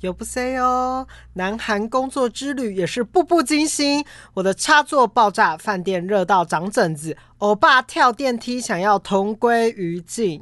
有不 say 哦，南韩工作之旅也是步步惊心。我的插座爆炸，饭店热到长疹子，欧巴跳电梯想要同归于尽。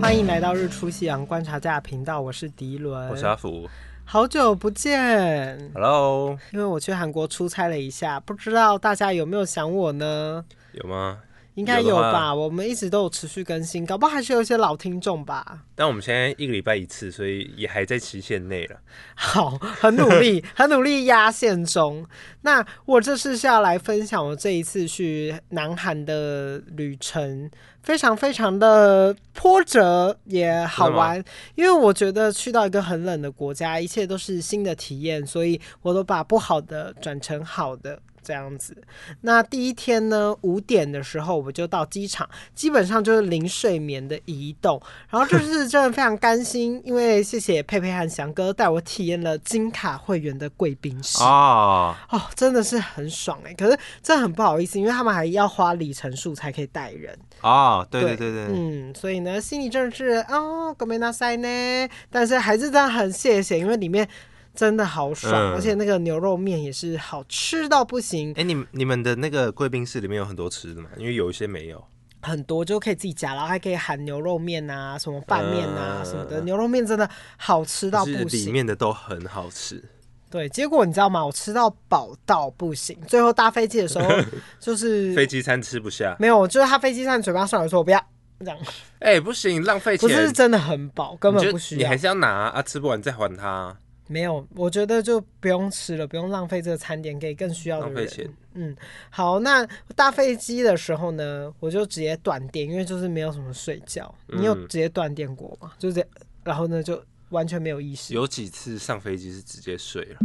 欢迎来到日出夕阳观察家的频道，我是迪伦，我是阿福好久不见， ，Hello，因为我去韩国出差了一下，不知道大家有没有想我呢？有吗？应该有有的话吧，我们一直都有持续更新，搞不好还是有一些老听众吧。但我们现在一个礼拜一次，所以也还在期限内了。好，很努力，很努力压线中。那我这次是要来分享我这一次去南韩的旅程，非常非常的波折，也好玩。因为我觉得去到一个很冷的国家，一切都是新的体验，所以我都把不好的转成好的。这样子，那第一天呢，五点的时候我就到机场，基本上就是零睡眠的移动，然后这次真的非常甘心，因为谢谢佩佩和翔哥带我体验了金卡会员的贵宾室。啊，哦，真的是很爽哎、可是真的很不好意思，因为他们还要花里程数才可以带人。啊，对对对对对，嗯，所以呢，心里真的是哦，狗没那塞呢，但是还是真的很谢谢，因为里面真的好爽，嗯而且那个牛肉面也是好吃到不行，哎、你们你们的那个贵宾室里面有很多吃的嘛？因为有一些没有。很多就可以自己夹，然后还可以喊牛肉面啊、什么拌面啊、嗯什么的，牛肉面真的好吃到就不是里行。面的都很好吃，对，结果你知道吗？我吃到饱到不行，最后搭飞机的时候 就飞是机餐吃不下。没有，就是他飞机上嘴巴上来说我不要这样，哎、不行，浪费不钱。是是真的很饱，根你本就不需你要还。是要拿啊，吃不完再还他，没有，我觉得就不用吃了，不用浪费这个餐点给更需要的浪费人。钱。嗯，好，那搭飞机的时候呢，我就直接断电，因为就是没有什么睡觉。你有嗯直接断电过吗？就这，然后呢就完全没有意识。有几次上飞机是直接睡了，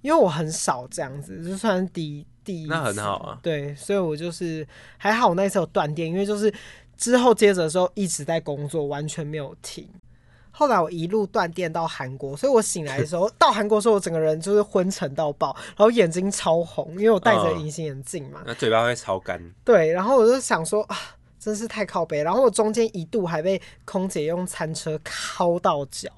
因为我很少这样子，就算第一第一那很次好啊对，所以我就是还好，我那次有断电，因为就是之后接着的时候一直在工作，完全没有停。后来我一路断电到韩国，所以我醒来的 时候，到韩国的时候，我整个人就是昏沉到爆，然后眼睛超红，因为我戴着嗯隐形眼镜嘛。那嘴巴会超干。对，然后我就想说啊，真是太靠北。然后我中间一度还被空姐用餐车敲到 脚，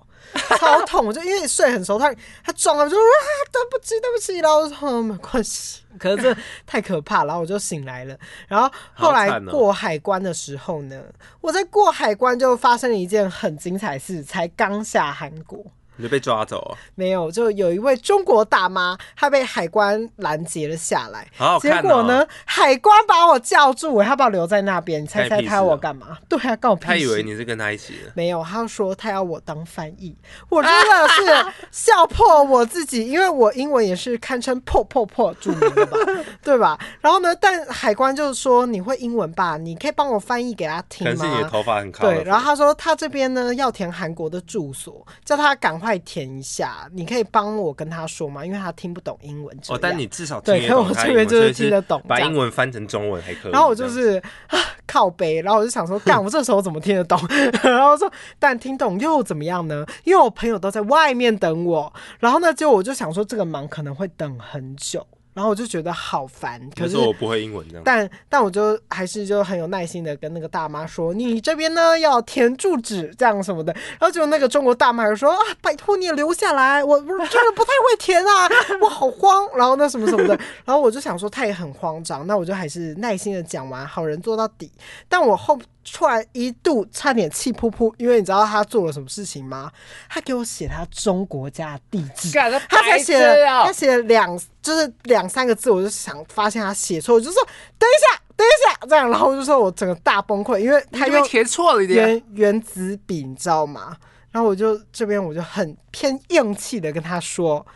超痛。我就因为睡很熟，她她撞了，我就啊，对不起，对不起。然后我就说、嗯没关系，可是这太可怕。然后我就醒来了。然后后好来惨哦过海关的时候呢，我在过海关就发生了一件很精彩的事，才刚下韩国。你就被抓走哦，没有，就有一位中国大妈，她被海关拦截了下来。好好结看、哦。果呢，海关把我叫住，欸他把我留在那边。你猜干猜你屁他要事我哦干嘛？对啊，告我屁他以为事你是跟他一起的，没有，他要说他要我当翻译，我真的是 笑破我自己，因为我英文也是堪称破破破著名的吧， 对吧？然后呢，但海关就说你会英文吧，你可以帮我翻译给他听可吗？能是你的头发很靠对，了。然后他说他这边呢要填韩国的住所，叫他赶快填一下。你可以帮我跟他说吗？因为他听不懂英文这哦样。，但你至少对听得懂可我他这英边文，就所是以听得懂把这样英文翻成中文还可以。然后我就这样是啊靠背，然后我就想说， 干，我这时候怎么听得懂？ 然后说，但听懂又怎么样呢？因为我朋友都在外面等我，然后呢，结果我就想说，这个忙可能会等很久，然后我就觉得好烦。可就是说我不会英文这样。但但我就还是就很有耐心的跟那个大妈说，你这边呢要填住址这样什么的，然后就那个中国大妈就说啊，拜托你也留下来，我我真的不太会填 啊，我好慌，然后那什么什么的，然后我就想说他也很慌张，那我就还是耐心的讲完，好人做到底，但我后。突然一度差点气噗噗，因为你知道他做了什么事情吗？他给我写他中国家的地 址，他才写啊了，他写了两就是两三个字，我就想发现他写错，我就说等一下，等一下这样，然后我就说我整个大崩溃，因为他用填错了一。原原子笔，你知道吗？然后我就这边我就很偏硬气的跟他说。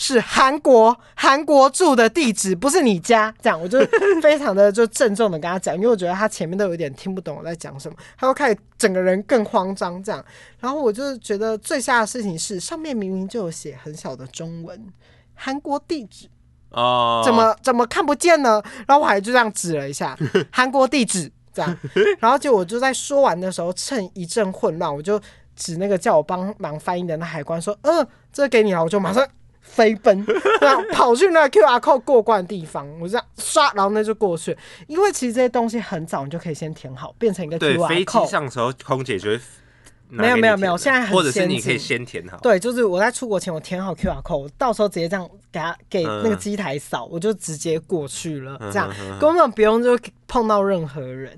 是韩国韩国住的地址，不是你家。这样，我就非常的就郑重的跟他讲，因为我觉得他前面都有点听不懂我在讲什么，他就开始整个人更慌张这样。然后我就觉得最吓的事情是，上面明明就有写很小的中文韩国地址，哦，怎么怎么看不见呢？然后我还就这样指了一下 韩国地址，这样，然后结果我就在说完的时候，趁一阵混乱，我就指那个叫我帮忙翻译的那海关说，嗯，这给你了，我就马上飞奔，然后跑去那个 QR code 过关的地方，我就这样刷，然后那就过去。因为其实这些东西很早你就可以先填好，变成一个对，飞 QR 机 code。上的时候空姐就会拿没有给你没有填没有的现在很或者是先你可以进先填好。对，就是我在出国前我填好 QR code，到时候直接这样给他给嗯那个机台扫，我就直接过去了，这样嗯嗯嗯根本不用就碰到任何人。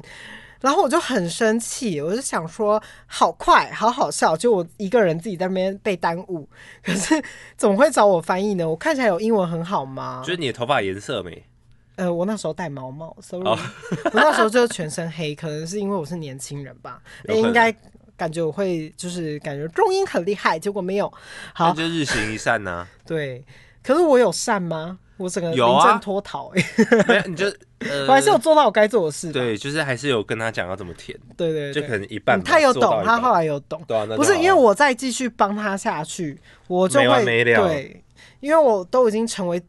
然后我就很生气，我就想说，好快，好好笑，就我一个人自己在那边被耽误。可是怎么会找我翻译呢？我看起来有英文很好吗就？是你的头发颜色没？呃，我那时候戴毛毛，sorry，、哦我那时候就是全身黑，可能是因为我是年轻人吧，那有可能应该感觉我会就是感觉中英很厉害，结果没有。好那，就日行一善 呐、对，可是我有善吗？我整个临有啊阵脱逃、欸，没有你就呃，我还是有做到我该做的事吧。对，就是还是有跟他讲要怎么填，对对就对，可能一半嗯吧、他有做到懂，一他半后来有懂。对啊，那就不是好因为啊我再继续帮他下去，我就没完会没了对，因为我都已经成为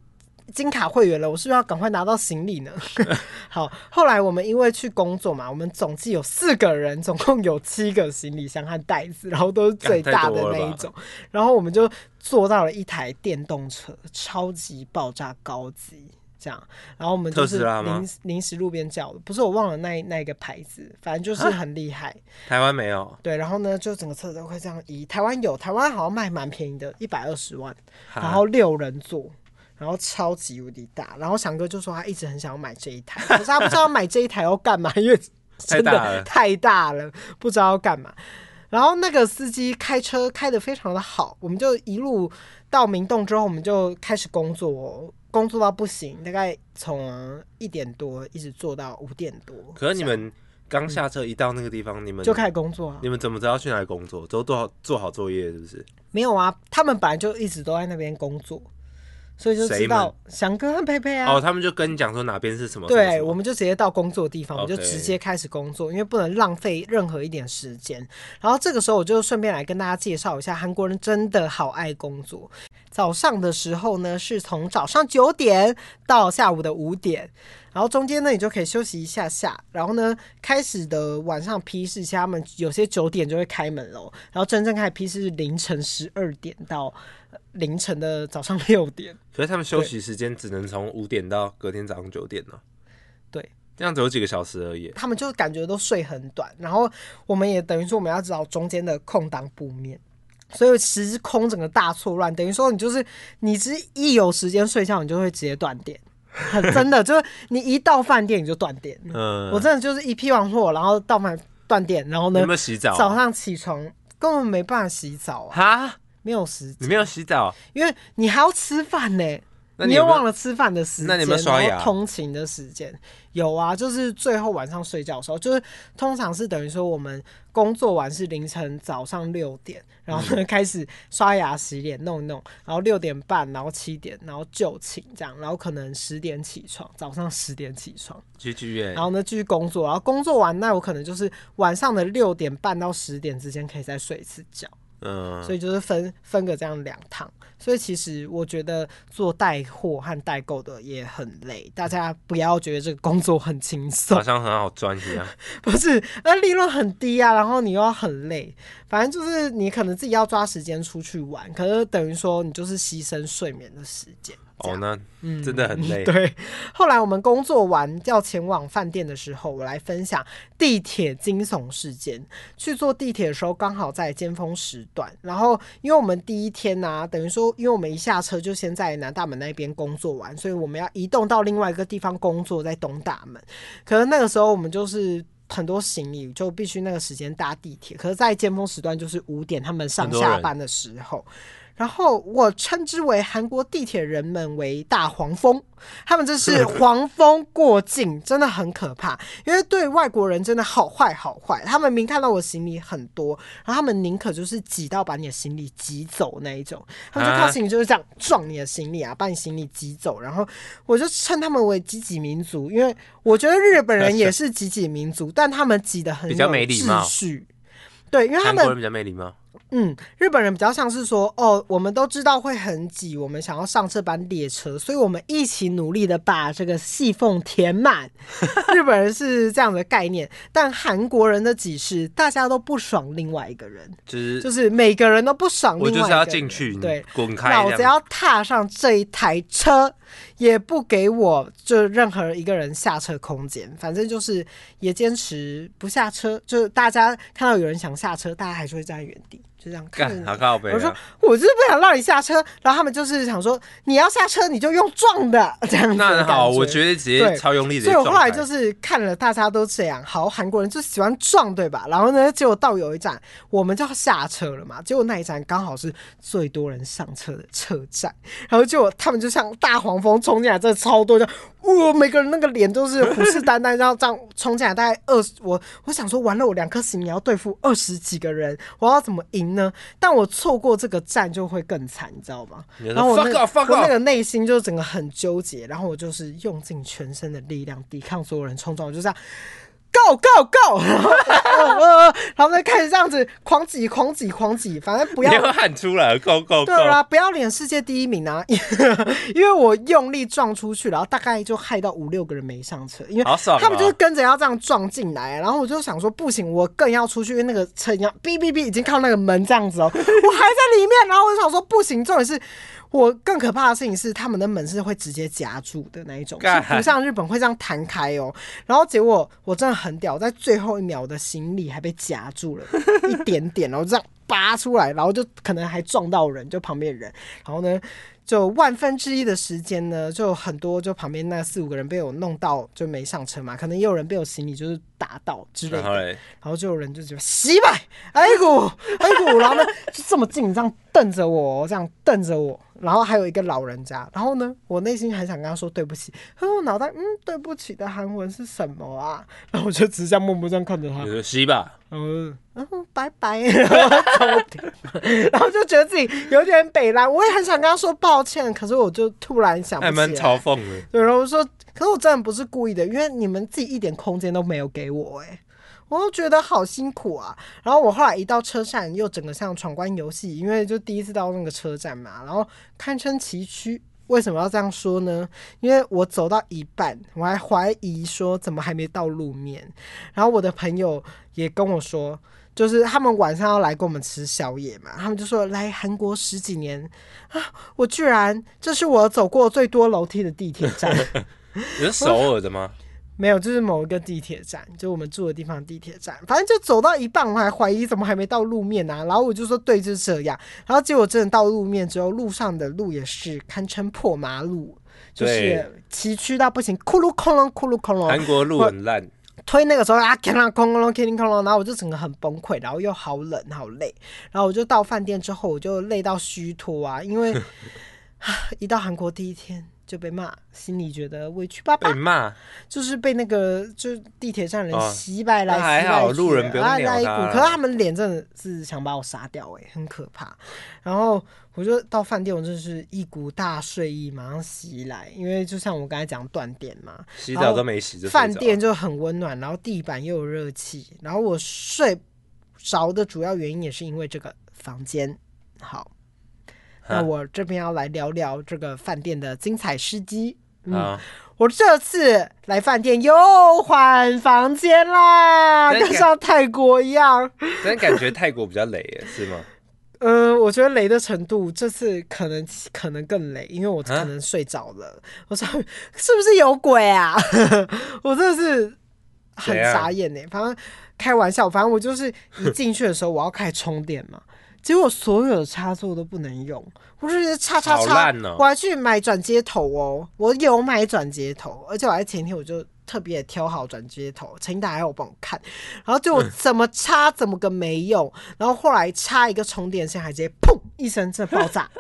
金卡会员了，我是不是要赶快拿到行李 呢？好，后来我们因为去工作嘛，我们总计有四个人，总共有七个行李箱和袋子，然后都是最干太大的多了那一吧种，然后我们就坐到了一台电动车，超级爆炸高级。这样，然后我们就特是斯拉吗临临时路边叫的，不是我忘了那那一个牌子，反正啊就是很厉害。台湾没有，对，然后呢，就整个车子都会这样移。台湾有，台湾好像卖蛮便宜的，一百二十万，哈然后六人座，然后超级无敌大。然后翔哥就说他一直很想要买这一台，可是他不知道买这一台要干嘛， 因为真大的了太大了，不知道要干嘛。然后那个司机开车开得非常的好，我们就一路到明洞之后，我们就开始工作哦，工作到不行，大概从一点多一直做到五点多。可是你这样们刚下车一到那个地方，你们就开始工作啊？你们怎么知道去哪里工作？都做好做好作业是不是？没有啊，他们本来就一直都在那边工作，所以就知谁道翔哥和佩佩啊。哦，他们就跟你讲说哪边是什么？什么对，什么我们就直接到工作地方，我 OK 们就直接开始工作，因为不能浪费任何一点时间。然后这个时候，我就顺便来跟大家介绍一下，韩国人真的好爱工作。早上的时候呢，是从早上九点到下午的五点，然后中间呢，你就可以休息一下下。然后呢，开始的晚上批示，其实他们有些九点就会开门喽，然后真正开始批示是凌晨十二点到呃凌晨的早上六点。可是他们休息时间只能从五点到隔天早上九点呢、哦对，这样只有几个小时而已。他们就感觉都睡很短，然后我们也等于说我们要找中间的空档补眠，所以时空整个大错乱，等于说你就是你只一有时间睡觉，你就会直接断电，很真的就是你一到饭店你就断电，嗯，我真的就是一批完货，然后到饭断电，然后你呢有没有洗澡啊、早上起床根本没办法洗澡啊，哈，没有时间，你没有洗澡，因为你还要吃饭呢、那你你有又没有忘了吃饭的时间，那你有没有刷牙然后通勤的时间有啊，就是最后晚上睡觉的时候，就是通常是等于说我们工作完是凌晨早上六点，然后嗯呢开始刷牙洗脸弄一弄，然后六点半，然后七点，然后就寝这样，然后可能十点起床，早上十点起床，居居耶然，后呢继续工作，然后工作完那我可能就是晚上的六点半到十点之间可以再睡一次觉。嗯，所以就是分分个这样两趟。所以其实我觉得做带货和代购的也很累，大家不要觉得这个工作很轻松好，像很好赚一啊 样。不是？那利润很低啊，然后你又要很累，反正就是你可能自己要抓时间出去玩，可是等于说你就是牺牲睡眠的时间。这哦，样那真的很累。嗯对，后来我们工作完要前往饭店的时候，我来分享地铁惊悚事件。去坐地铁的时候，刚好在尖峰时段，然后因为我们第一天呢、等于说，因为我们一下车就先在南大门那边工作完，所以我们要移动到另外一个地方工作，在东大门。可是那个时候我们就是。很多行李就必须那个时间搭地铁，可是，在尖峰时段就是五点他们上很多下人班的时候，然后我称之为韩国地铁人们为大黄蜂，他们这是黄蜂过境，真的很可怕。因为对外国人真的好坏好坏，他们明看到我行李很多，然后他们宁可就是挤到把你的行李挤走那一种，他们就靠行李就是这样撞你的行李啊，把你行李挤走。然后我就称他们为挤挤民族，因为我觉得日本 人也是挤挤民族，但他们挤得很比较有没礼貌秩序。对，因为他韩国们人比较没礼貌，嗯，日本人比较像是说，哦，我们都知道会很挤，我们想要上这班列车，所以我们一起努力的把这个细缝填满。 日本人是这样的概念，但韩国人的挤是大家都不爽另外一个人，就是就是每个人都不爽另我外一个人。就是要进去，你对，滚开老这子样。要踏上这一台车，也不给我就任何一个人下车空间。反正就是也坚持不下车，就是大家看到有人想下车，大家还是会站在原地，就这样看着干你。好靠背、我说啊，我就是不想让你下车，然后他们就是想说你要下车你就用撞的这样子的那感好，我觉觉得直接对超用力的所以我后来就是是看了大家都这样，好，韩国人就喜欢撞，对吧？然后呢，结果到有一站我们就要下车了嘛，结果那一站刚好是最多人上车的车站，然后结果他们就像大黄蜂冲进来，真的超多，就哇、每个人那个脸都是虎视眈眈，然后这样冲进来，大概二十，我我想说完了，我两颗心也要对付二十几个人，我要怎么赢呢？但我错过这个站就会更惨，你知道吗？你就说然后我那 "Fuck off, fuck 我那 off 个内心就整个很纠结，然后我就是用尽全身的力量抵抗所有人冲撞，我就这样。Go go go！然后，呃然后呢，开始这样子狂挤、狂挤、狂挤，反正不你要要喊出来，go go 对啊， go！不要脸世界第一名啊！ 因为我用力撞出去，然后大概就害到五六个人没上车，因为好爽啊他们就是跟着要这样撞进来，然后我就想说不行，我更要出去，因为那个车已经要哔哔哔已经靠那个门这样子哦，我 还在里面，然后我就想说不行，重点是。我更可怕的事情是，他们的门是会直接夹住的那一种，干是不像日本会这样弹开哦。然后结果我真的很屌，在最后一秒，我的行李还被夹住了一点点，然后这样拔出来，然后就可能还撞到人，就旁边人。然后呢，就万分之一的时间呢，就很多就旁边那四五个人被我弄到就没上车嘛，可能也有人被我行李就是打到之类然后的。嘞，然后就有人就觉得洗白，哎股哎股，然后呢就这么近这样瞪着我，这样瞪着我，然后还有一个老人家，然后呢我内心很想跟他说对不起，可是我脑袋嗯对不起的韩文是什么啊？ 然后我就只是这样默默这样看着他你，说吸吧，然后就嗯拜拜，然后 走掉，然后就觉得自己有点北蓝，我也很想跟他说抱歉，可是我就突然想不还蛮起来嘲讽的。对，然后我说，可是我真的不是故意的，因为你们自己一点空间都没有给我、欸，我都觉得好辛苦啊。然后我后来一到车站，又整个像闯关游戏，因为就第一次到那个车站嘛，然后堪称崎岖。为什么要这样说呢？因为我走到一半，我还怀疑说怎么还没到路面。然后我的朋友也跟我说，就是他们晚上要来跟我们吃宵夜嘛，他们就说来韩国十几年啊，我居然这是我走过最多楼梯的地铁站。你是首尔的吗？没有，就是某一个地铁站，就我们住的地方的地铁站。反正就走到一半，我还怀疑怎么还没到路面啊。然后我就说对，就是这样。然后结果真的到路面之后，路上的路也是堪称破马路，就是对崎岖到不行，咕噜空隆，咕噜空隆。韩国路很烂，推那个时候啊，哐啷哐啷哐啷哐啷，然后我就整个很崩溃，然后又好冷好累，然后我就到饭店之后我就累到虚脱啊，因为 啊一到韩国第一天就被骂，心里觉得委屈巴巴被，骂。就是被那个就是地铁站哦人洗白来那还洗白好去路人不用啊鸟那一他股，可是他们脸真的是想把我杀掉哎、很可怕。然后我就到饭店，我就是一股大睡意马上袭来，因为就像我刚才讲断电嘛，洗澡都没洗就睡着饭店就很温暖，然后地板又有热气，然后我睡着的主要原因也是因为这个房间。好，那哈我这边要来聊聊这个饭店的精彩事迹。嗯，啊，我这次来饭店又换房间啦，真的跟上泰国一样。 但感觉泰国比较累耶，是吗？嗯，我觉得雷的程度这次可能可能更雷，因为我啊可能睡着了。我说是不是有鬼啊？ 我真的是很怎样傻眼呢、欸反正开玩笑，反正我就是一进去的时候我要开始充电嘛，结果所有的插座都不能用，我是插插好插，烂哦我还去买转接头哦，我有买转接头，而且我还前天我就。特别挑好转接头，陈达还有帮我看，然后嗯就 我怎么插怎么个没用，然后后来插一个充电线，还直接砰一声，这爆炸，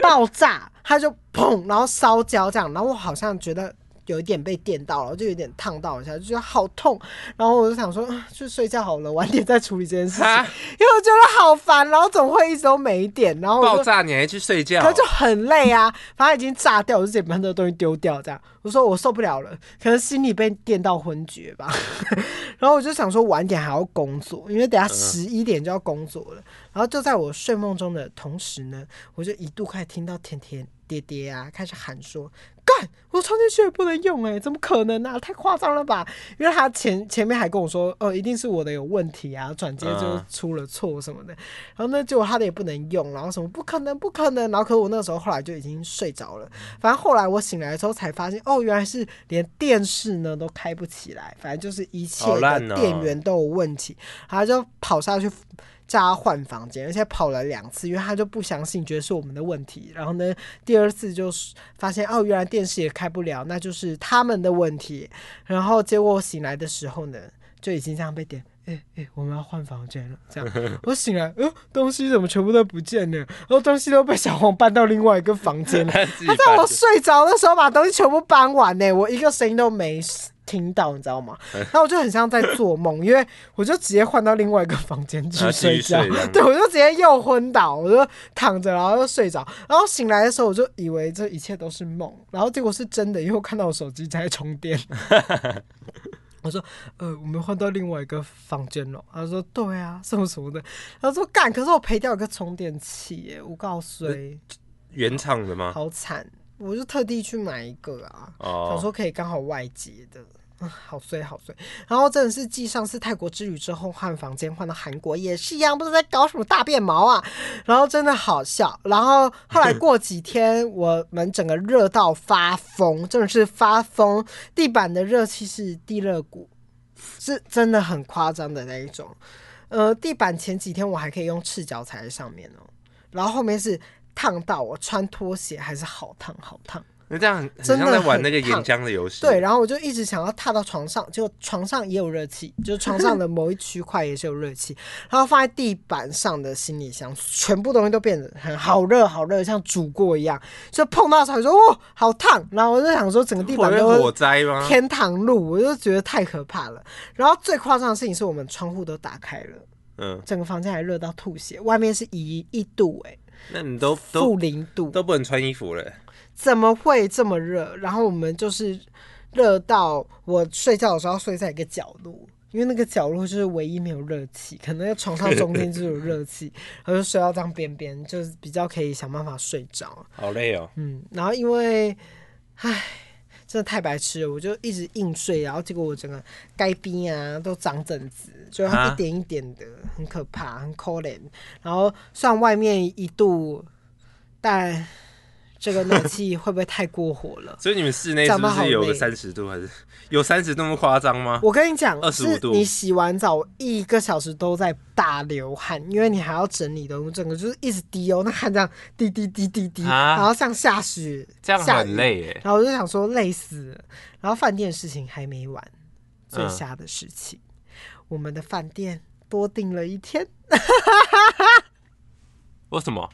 爆炸，它就砰，然后烧焦这样，然后我好像觉得有一点被电到了，就有点烫到一下，就觉得好痛。然后我就想说，啊去睡觉好了，晚点再处理这件事情，哈因为我觉得好烦，然后总会一直都没电，然后哦我爆就。炸你还去睡觉？可是就很累啊， 反正已经炸掉，我就直接把那东西丢掉，这样我说我受不了了，可能心里被电到昏厥吧。 然后我就想说晚点还要工作，因为等下嗯十一点就要工作了。然后就在我睡梦中的同时呢，我就一度开始听到甜甜爹爹啊开始喊说。干！我充电器也不能用哎、怎么可能啊？太夸张了吧！因为他前前面还跟我说，呃，一定是我的有问题啊，转接就嗯出了错什么的。然后呢，结果他的也不能用，然后什么不可能，不可能。然后可是我那个时候后来就已经睡着了，反正后来我醒来的时候才发现，哦，原来是连电视呢都开不起来，反正就是一切好的烂哦电源都有问题，然后就跑下去。叫他换房间，而且跑了两次，因为他就不相信，觉得是我们的问题。然后呢，第二次就是发现哦，原来电视也开不了，那就是他们的问题。然后结果我醒来的时候呢，就已经这样被点，哎、哎、我们要换房间了。这样， 我醒来，呃，东西怎么全部都不见了？然后东西都被小黄搬到另外一个房间了。 他自己他在搬我睡着的时候把东西全部搬完呢、我一个声音都没听到，你知道吗？哎然后我就很像在做梦，因为我就直接换到另外一个房间去然后继睡续觉睡这，样对，我就直接又昏倒，我就躺着，然后又睡着，然后醒来的时候我就以为这一切都是梦，然后结果是真的，因为我看到我手机在充 电。我说，呃，我们换到另外一个房间了。他说，对啊，什么什么的。他说，干，可是我赔掉一个充电器耶，我告诉你。原厂的吗？好惨！我就特地去买一个啊，想哦，说可以刚好外接的。啊，好衰好衰！然后真的是继上次泰国之旅之后换房间换到韩国也是一样，不知道在搞什么大变毛啊！然后真的好笑。然后后来过几天，我们整个热到发疯，真的是发疯，地板的热气是地热股，是真的很夸张的那一种。呃，地板前几天我还可以用赤脚踩在上面哦，然后后面是烫到我穿拖鞋还是好烫好烫。那这样很很真的像在玩那很个岩烫浆的游戏。对，，然后我就一直想要踏到床上，结果床上也有热气，就是床上 的某一区块也是有热气，然后放在地板上的行李箱，全部东西都变得很好热好热，像煮过一样，就碰到的时候说哦好烫，然后我就想说整个地会板不会都火灾吗？天堂路，我就觉得太可怕了。然后最夸张的事情是我们窗户都打开了，嗯，整个房间还热到吐血，外面是一一度哎、那你都负都零度，都不能穿衣服了。怎么会这么热？然后我们就是热到我睡觉的时候要睡在一个角落，因为那个角落就是唯一没有热气，可能在床上中间就有热气， 然后就睡到这样边边，就是比较可以想办法睡着。好累哦，嗯，然后因为，唉，真的太白痴了，我就一直硬睡，然后结果我整个该冰啊都长疹子，就啊一点一点的，很可怕，很可怜。然后虽然外面一度，但这个暖气会不会太过火了？所以你们室内是长不得好是有个累三十度，还是有三十那么夸张 吗？我跟你讲， 25是度你洗完澡一个小时都在大流汗，因为你还要整理的，我整个就是一直滴哦，那汗这样滴滴滴滴滴，啊然后像下雪，这样下很雨累耶。然后我就想说累死了，然后饭店事情还没完，最瞎的事情，我们的饭店多订了一天为什么？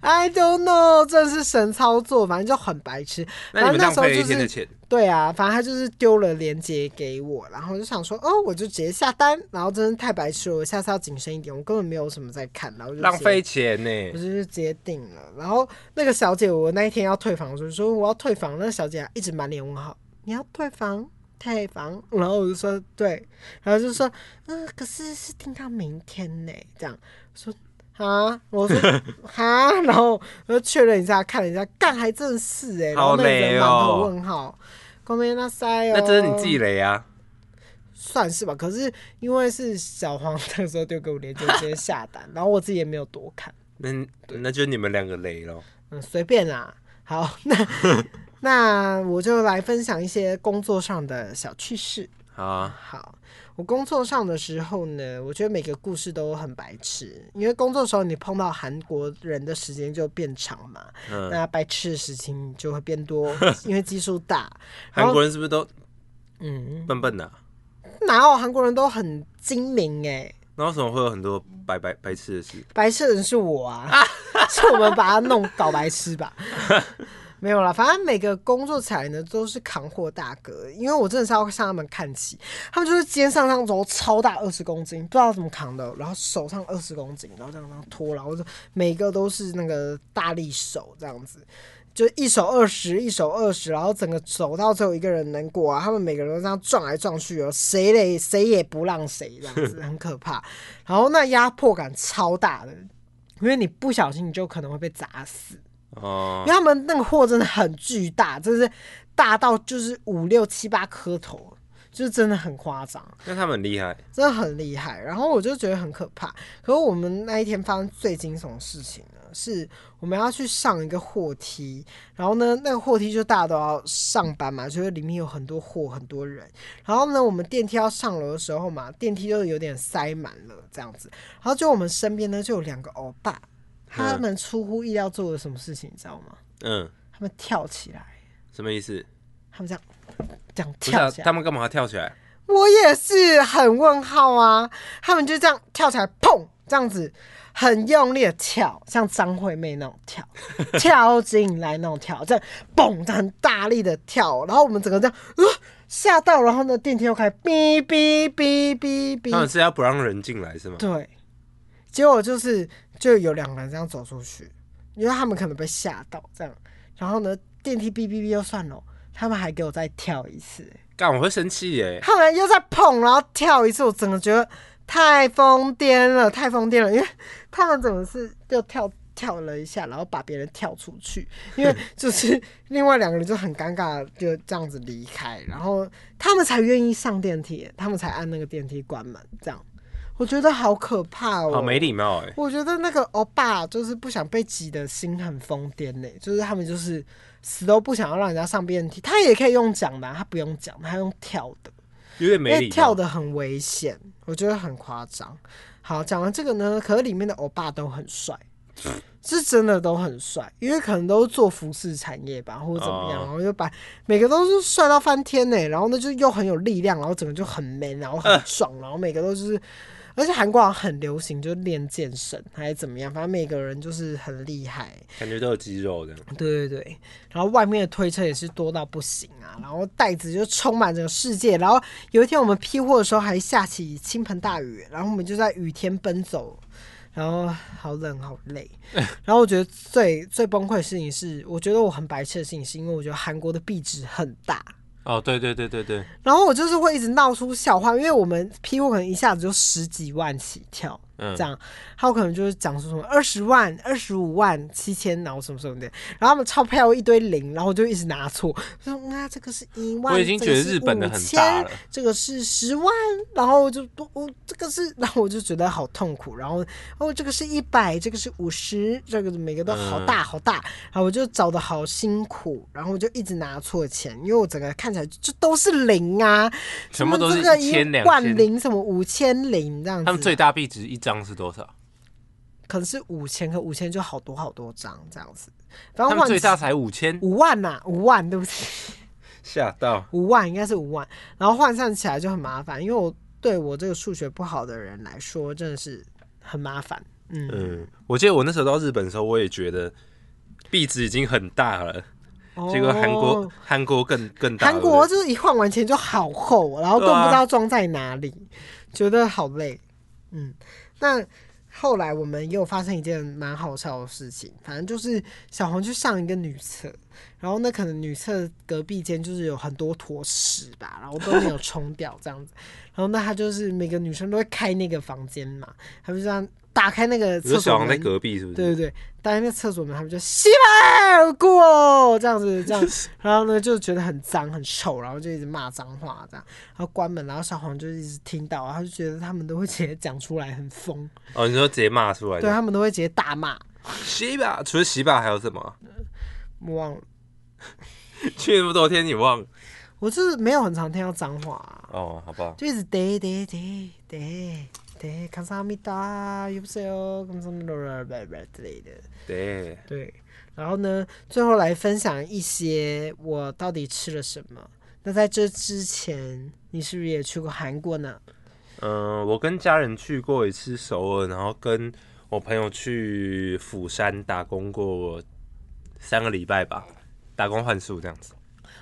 ，I don't know，这是神操作，反正就很白痴。那你反正们那浪时候费了就一天的是钱，对啊，反正他就是丢了链接给我，然后我就想说，哦，我就直接下单，然后真是太白痴了，我下次要谨慎一点，我根本没有什么在看，然后我就直接浪费钱我呢。就是直接定了。然后那个小姐，我那一天要退房，我就说我要退房，那个小姐啊一直满脸问号，你要退房？退房？然后我就说对，然后就说嗯，可是是定到明天呢，这样我说。啊！我说哈，然后我就确认一下，看了一下，干还真是哎、欸，然后好那个人累满头哦问号，公面那塞哦，那这是你自己雷啊！算是吧。可是因为是小黄那时候丢给我链接，直接下单，然后我自己也没有多看。那那就你们两个雷咯。嗯，随便啦。好，那那我就来分享一些工作上的小趣事。好啊，好，我工作上的时候呢，我觉得每个故事都很白痴，因为工作的时候你碰到韩国人的时间就变长嘛，嗯，那白痴的事情就会变多，因为基数大。 然韩后，国人是不是都嗯，笨笨的啊？哪有韩国人都很精明哎、那为什么会有很多白白白痴的事？ 白痴的人是我啊，是我们把他弄搞白痴吧。没有啦，反正每个工作起来呢都是扛货大哥，因为我真的是要向他们看齐。他们就是肩上上走超大二十公斤，不知道怎么扛的，哦然后手上二十公斤，然后这样这样拖，然后就每个都是那个大力手这样子。就一手二十，一手二十，然后整个走到最后一个人能过啊，他们每个人都这样撞来撞去哦，谁也谁也不让谁这样子，很可怕。然后那压迫感超大的，因为你不小心你就可能会被砸死，哦因为他们那个货真的很巨大，真的是大到就是五六七八颗头，就是真的很夸张。那他们很厉害，真的很厉害。然后我就觉得很可怕。可是我们那一天发生最惊悚的事情呢，是我们要去上一个货梯，然后呢，那个货梯就大家都要上班嘛，就是里面有很多货，很多人。然后呢，我们电梯要上楼的时候嘛，电梯就有点塞满了这样子。然后就我们身边呢，就有两个欧巴，他们出乎意料做了什么事情，你知道吗？嗯，他们跳起来，什么意思？他们这样这样不是啊跳起来。他们干嘛跳起来？我也是很问号啊！他们就这样跳起来，砰，这样子很用力的跳，像张惠妹那种跳，跳进来那种跳，这样嘣，这样很大力的跳，然后我们整个这样，呃，吓到，然后呢，电梯又开始哔哔哔哔他们哔，是要不让人进来是吗？对，结果就是就有两个人这样走出去，因为他们可能被吓到这样，然后呢，电梯哔哔哔就算了，他们还给我再跳一次、干，我会生气耶！他们又再碰，然后跳一次，我整个觉得太疯癫了，太疯癫了，因为他们怎么是又跳跳了一下，然后把别人跳出去，因为就是另外两个人就很尴尬，就这样子离开，然后他们才愿意上电梯，他们才按那个电梯关门，这样我觉得好可怕哦，好没礼貌哎！我觉得那个欧巴就是不想被挤的心很疯癫呢，就是他们就是死都不想要让人家上电梯，他也可以用讲的啊、他不用讲，他用跳的。有点因没为礼跳貌。的很危险，我觉得很夸张。好，讲完这个呢，可是里面的欧巴都很 帅，是真的都很帅，因为可能都是做服饰产业吧，或者怎么样，哦然后就把每个都是帅到翻天呢、然后呢就又很有力量，然后整个就很 man，然后很壮，呃然后每个都就是。而且韩国好像很流行，就是练健身还是怎么样，反正每个人就是很厉害。感觉都有肌肉这样。对对对，然后外面的推车也是多到不行啊，然后袋子就充满整个世界。然后有一天我们批货的时候还下起倾盆大雨，然后我们就在雨天奔走，然后好冷好累。然后我觉得最最崩溃的事情是，我觉得我很白痴的事情，是因为我觉得韩国的壁纸很大，哦，对对对对对，然后我就是会一直闹出笑话，因为我们批货可能一下子就十几万起跳，嗯这样，他有可能就是讲说什么二十万、二十五万、七千，然后什么什么的，然后他们钞票一堆零，然后我就一直拿错，就说那、这个是一万，我已经觉得日本的很大了，这个是十万，然后我就我、这个是，然后我就觉得好痛苦，然后哦这个是一百，这个是五十，这个每个都好嗯大好大，然后我就找的好辛苦，然后我就一直拿错钱，因为我整个看起来就就都是零啊，全部都是什么这个一千一两万千。零什么五千零这样子，他们最大币值一张是多少？可能是五千，可五千就好多好多张这样子，反他正们换最大才五千，五万呐、五万对不起。吓到。五万应该是五万，然后换算起来就很麻烦，因为我对我这个数学不好的人来说，真的是很麻烦。嗯，嗯，我记得我那时候到日本的时候，我也觉得币值已经很大了，结果呃韩国哦、韩国更更大。韩国对就是一换完钱就好厚，然后啊更不知道装在哪里，觉得好累。嗯，那后来我们也有发生一件蛮好笑的事情，反正就是小红去上一个女厕，然后那可能女厕隔壁间就是有很多坨屎吧，然后都没有冲掉这样子，然后那她就是每个女生都会开那个房间嘛，她就这样打开那个不厕对，有小所王在门，隔壁是不是？对对对，当那个厕所门，他们就洗白而过这样子，这样，然后呢就觉得很脏很臭，然后就一直骂脏话这样，然后关门，然后小黄就一直听到，然后就觉得他们都会直接讲出来，很疯，哦，你说直接骂出来对的。他们都会直接大骂，洗吧，除了洗吧还有什 么？我忘了，去那么多天你忘了？我就是没有很常听到脏话、啊，哦，好吧。就一直得得得得得，감사합니다，有不是哦，감사합니다之类的。对，对，然后呢，最后来分享一些我到底吃了什么。那在这之前，你是不是也去过韩国呢？嗯、我跟家人去过一次首尔，然后跟我朋友去釜山打工过三个礼拜吧，打工换宿这样子。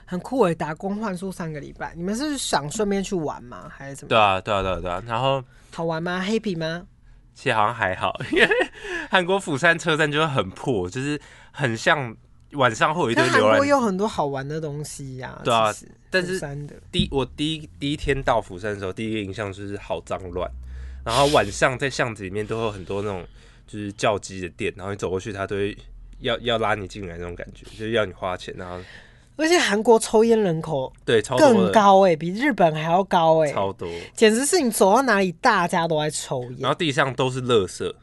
很酷诶，打工换宿三个礼拜，你们是想顺便去玩吗？还是怎么对样？啊，对啊，对啊，对啊。然后好玩吗？Happy 吗？其实好像还好， 因为韩国釜山车站就是很破，就是很像晚上会有一堆但韩浏国览。有很多好玩的东西呀、对啊其实但是釜山的第我第一第一天到釜山的时候，第一个印象就是好脏乱，然后晚上在巷子里面都会有很多那种就是叫鸡的店，然后你走过去，他都会要要拉你进来那种感觉，就是要你花钱，然后而且韩国抽烟人口对超多更的，高哎、比日本还要高哎、超多，简直是你走到哪里大家都在抽然烟，后地上都是垃圾。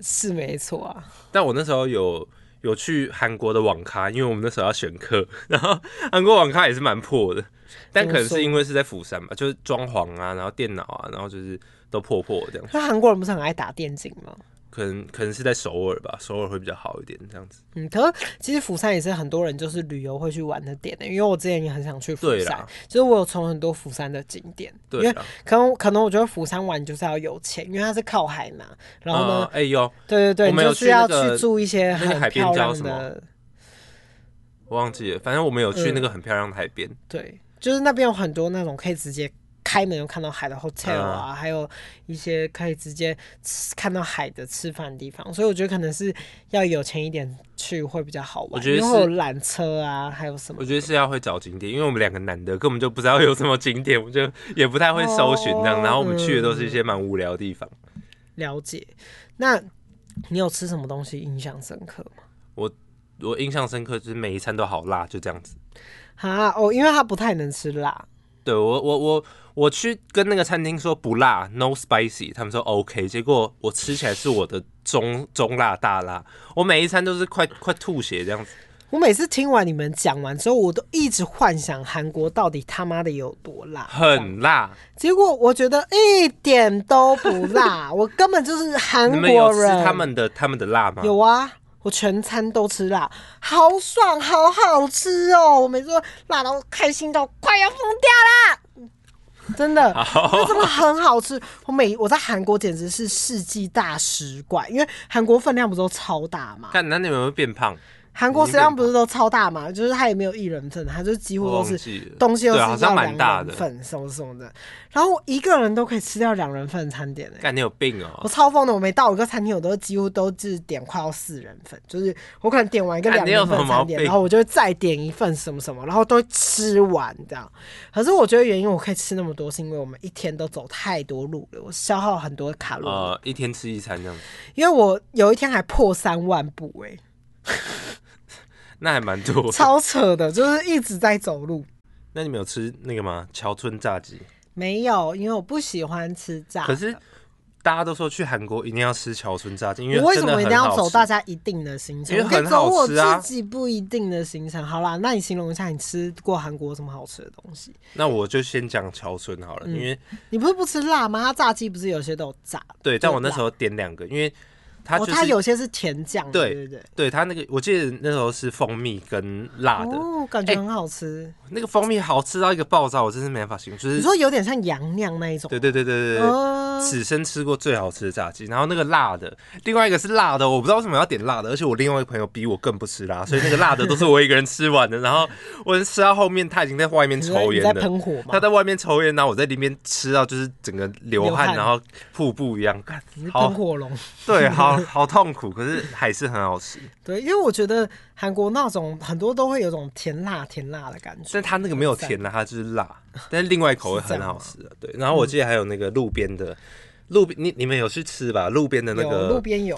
是没错啊。但我那时候有有去韩国的网咖，因为我们那时候要选课， 然后韩国网咖也是蛮破的，但可能是因为是在釜山吧，就是装潢啊，然后电脑啊，然后就是都破破这样，那韩国人不是很爱打电竞吗？可能可能是在首尔吧，首尔会比较好一点这样子。嗯，可是其实釜山也是很多人就是旅游会去玩的点的、欸因为我之前也很想去釜对山啦，就是我有从很多釜山的景点，因对为啊，可能可能我觉得釜山玩就是要有钱，因为它是靠海嘛，然后呢，嗯哎呦，对对对，我你们有就是去要那个去住一些那个很海边漂叫亮什么的，我忘记了，反正我们有去那个很漂亮的海嗯边，对，就是那边有很多那种可以直接开门就看到海的 hotel 嗯啊，还有一些可以直接吃看到海的吃饭的地方，所以我觉得可能是要有钱一点去会比较好玩，我觉得因为会有是缆车啊，还有什么我。觉得是要会找景点，因为我们两个男的根本就不知道有什么景点，我们就也不太会搜寻这样，哦然后我们去的都是一些蛮无聊的地方。了解。那你有吃什么东西印象深刻吗？我印象深刻就是每一餐都好辣，就这样子。啊，哦，因为他不太能吃辣，对我我我我去跟那个餐厅说不辣，no spicy，他们说 OK，结果我吃起来是我的中中辣大辣，我每一餐都是快快吐血这样子。我每次听完你们讲完之后，我都一直幻想韩国到底他妈的有多辣，这样很辣，结果我觉得一点都不辣，我根本就是韩你们有国吃人。他们的他们的辣吗？有啊，我全餐都吃辣，好爽，好好吃哦！我每次都辣到开心到快要疯掉啦，真的。好那真的很好吃。我每我在韩国简直是世纪大食怪，因为韩国分量不是都超大嘛？看那你们会变胖，韩国食量不是都超大嘛？就是它也没有一人份，它就几乎我都忘是记了。东西都是对好像要蛮大两的人份什么什么的。然后我一个人都可以吃掉两人份的餐点呢、欸干你有病我哦！超疯的，我每到一个餐厅，我都几乎都是点快要四人份，就是我可能点完一个啊两你有人什么份毛餐点，病然后我就会再点一份什么什么，然后都会吃完这样。可是我觉得原因我可以吃那么多，是因为我们一天都走太多路了，我消耗很多卡路里。呃，一天吃一餐这样子，因为我有一天还破三万步、欸，那还蛮多的。超扯的，就是一直在走路。那你们有吃那个吗？桥村炸鸡？没有，因为我不喜欢吃炸的。可是大家都说去韩国一定要吃桥村炸鸡，因我为什真的么一很定要好走吃大家一定的行程？因为我可以很走好我吃啊自己不一定的行程。好啦，那你形容一下你吃过韩国什么好吃的东西？那我就先讲乔村好了，嗯因为你不是不吃辣吗？它炸鸡不是有些都有炸？对，但就我那辣时候点两个，因为它哦，就是、它有些是甜酱的，对对不对？对它那个，我记得那时候是蜂蜜跟辣的，哦，感觉哎很好吃。那个蜂蜜好吃到一个爆炸，我真是没办法形容，就你是说有点像洋酿那一种？对对对对对对。哦此生吃过最好吃的炸鸡，然后那个辣的，另外一个是辣的哦，我不知道为什么要点辣的，而且我另外一个朋友比我更不吃辣，所以那个辣的都是我一个人吃完的，然后我吃到后面他已经在外面你在抽你烟在了，喷火他吗？在外面抽烟，然后我在里面吃到就是整个流流汗汗，然后瀑布一样，干你是好喷火龙？对，好好痛苦，可是还是很好吃。对，因为我觉得韩国那种很多都会有种甜辣甜辣的感觉。但它那个没有甜啦，它就是辣，但是另外一口味很好吃的。对，然后我记得还有那个路边的，路边你你们有去吃吧？路边的那有路个边有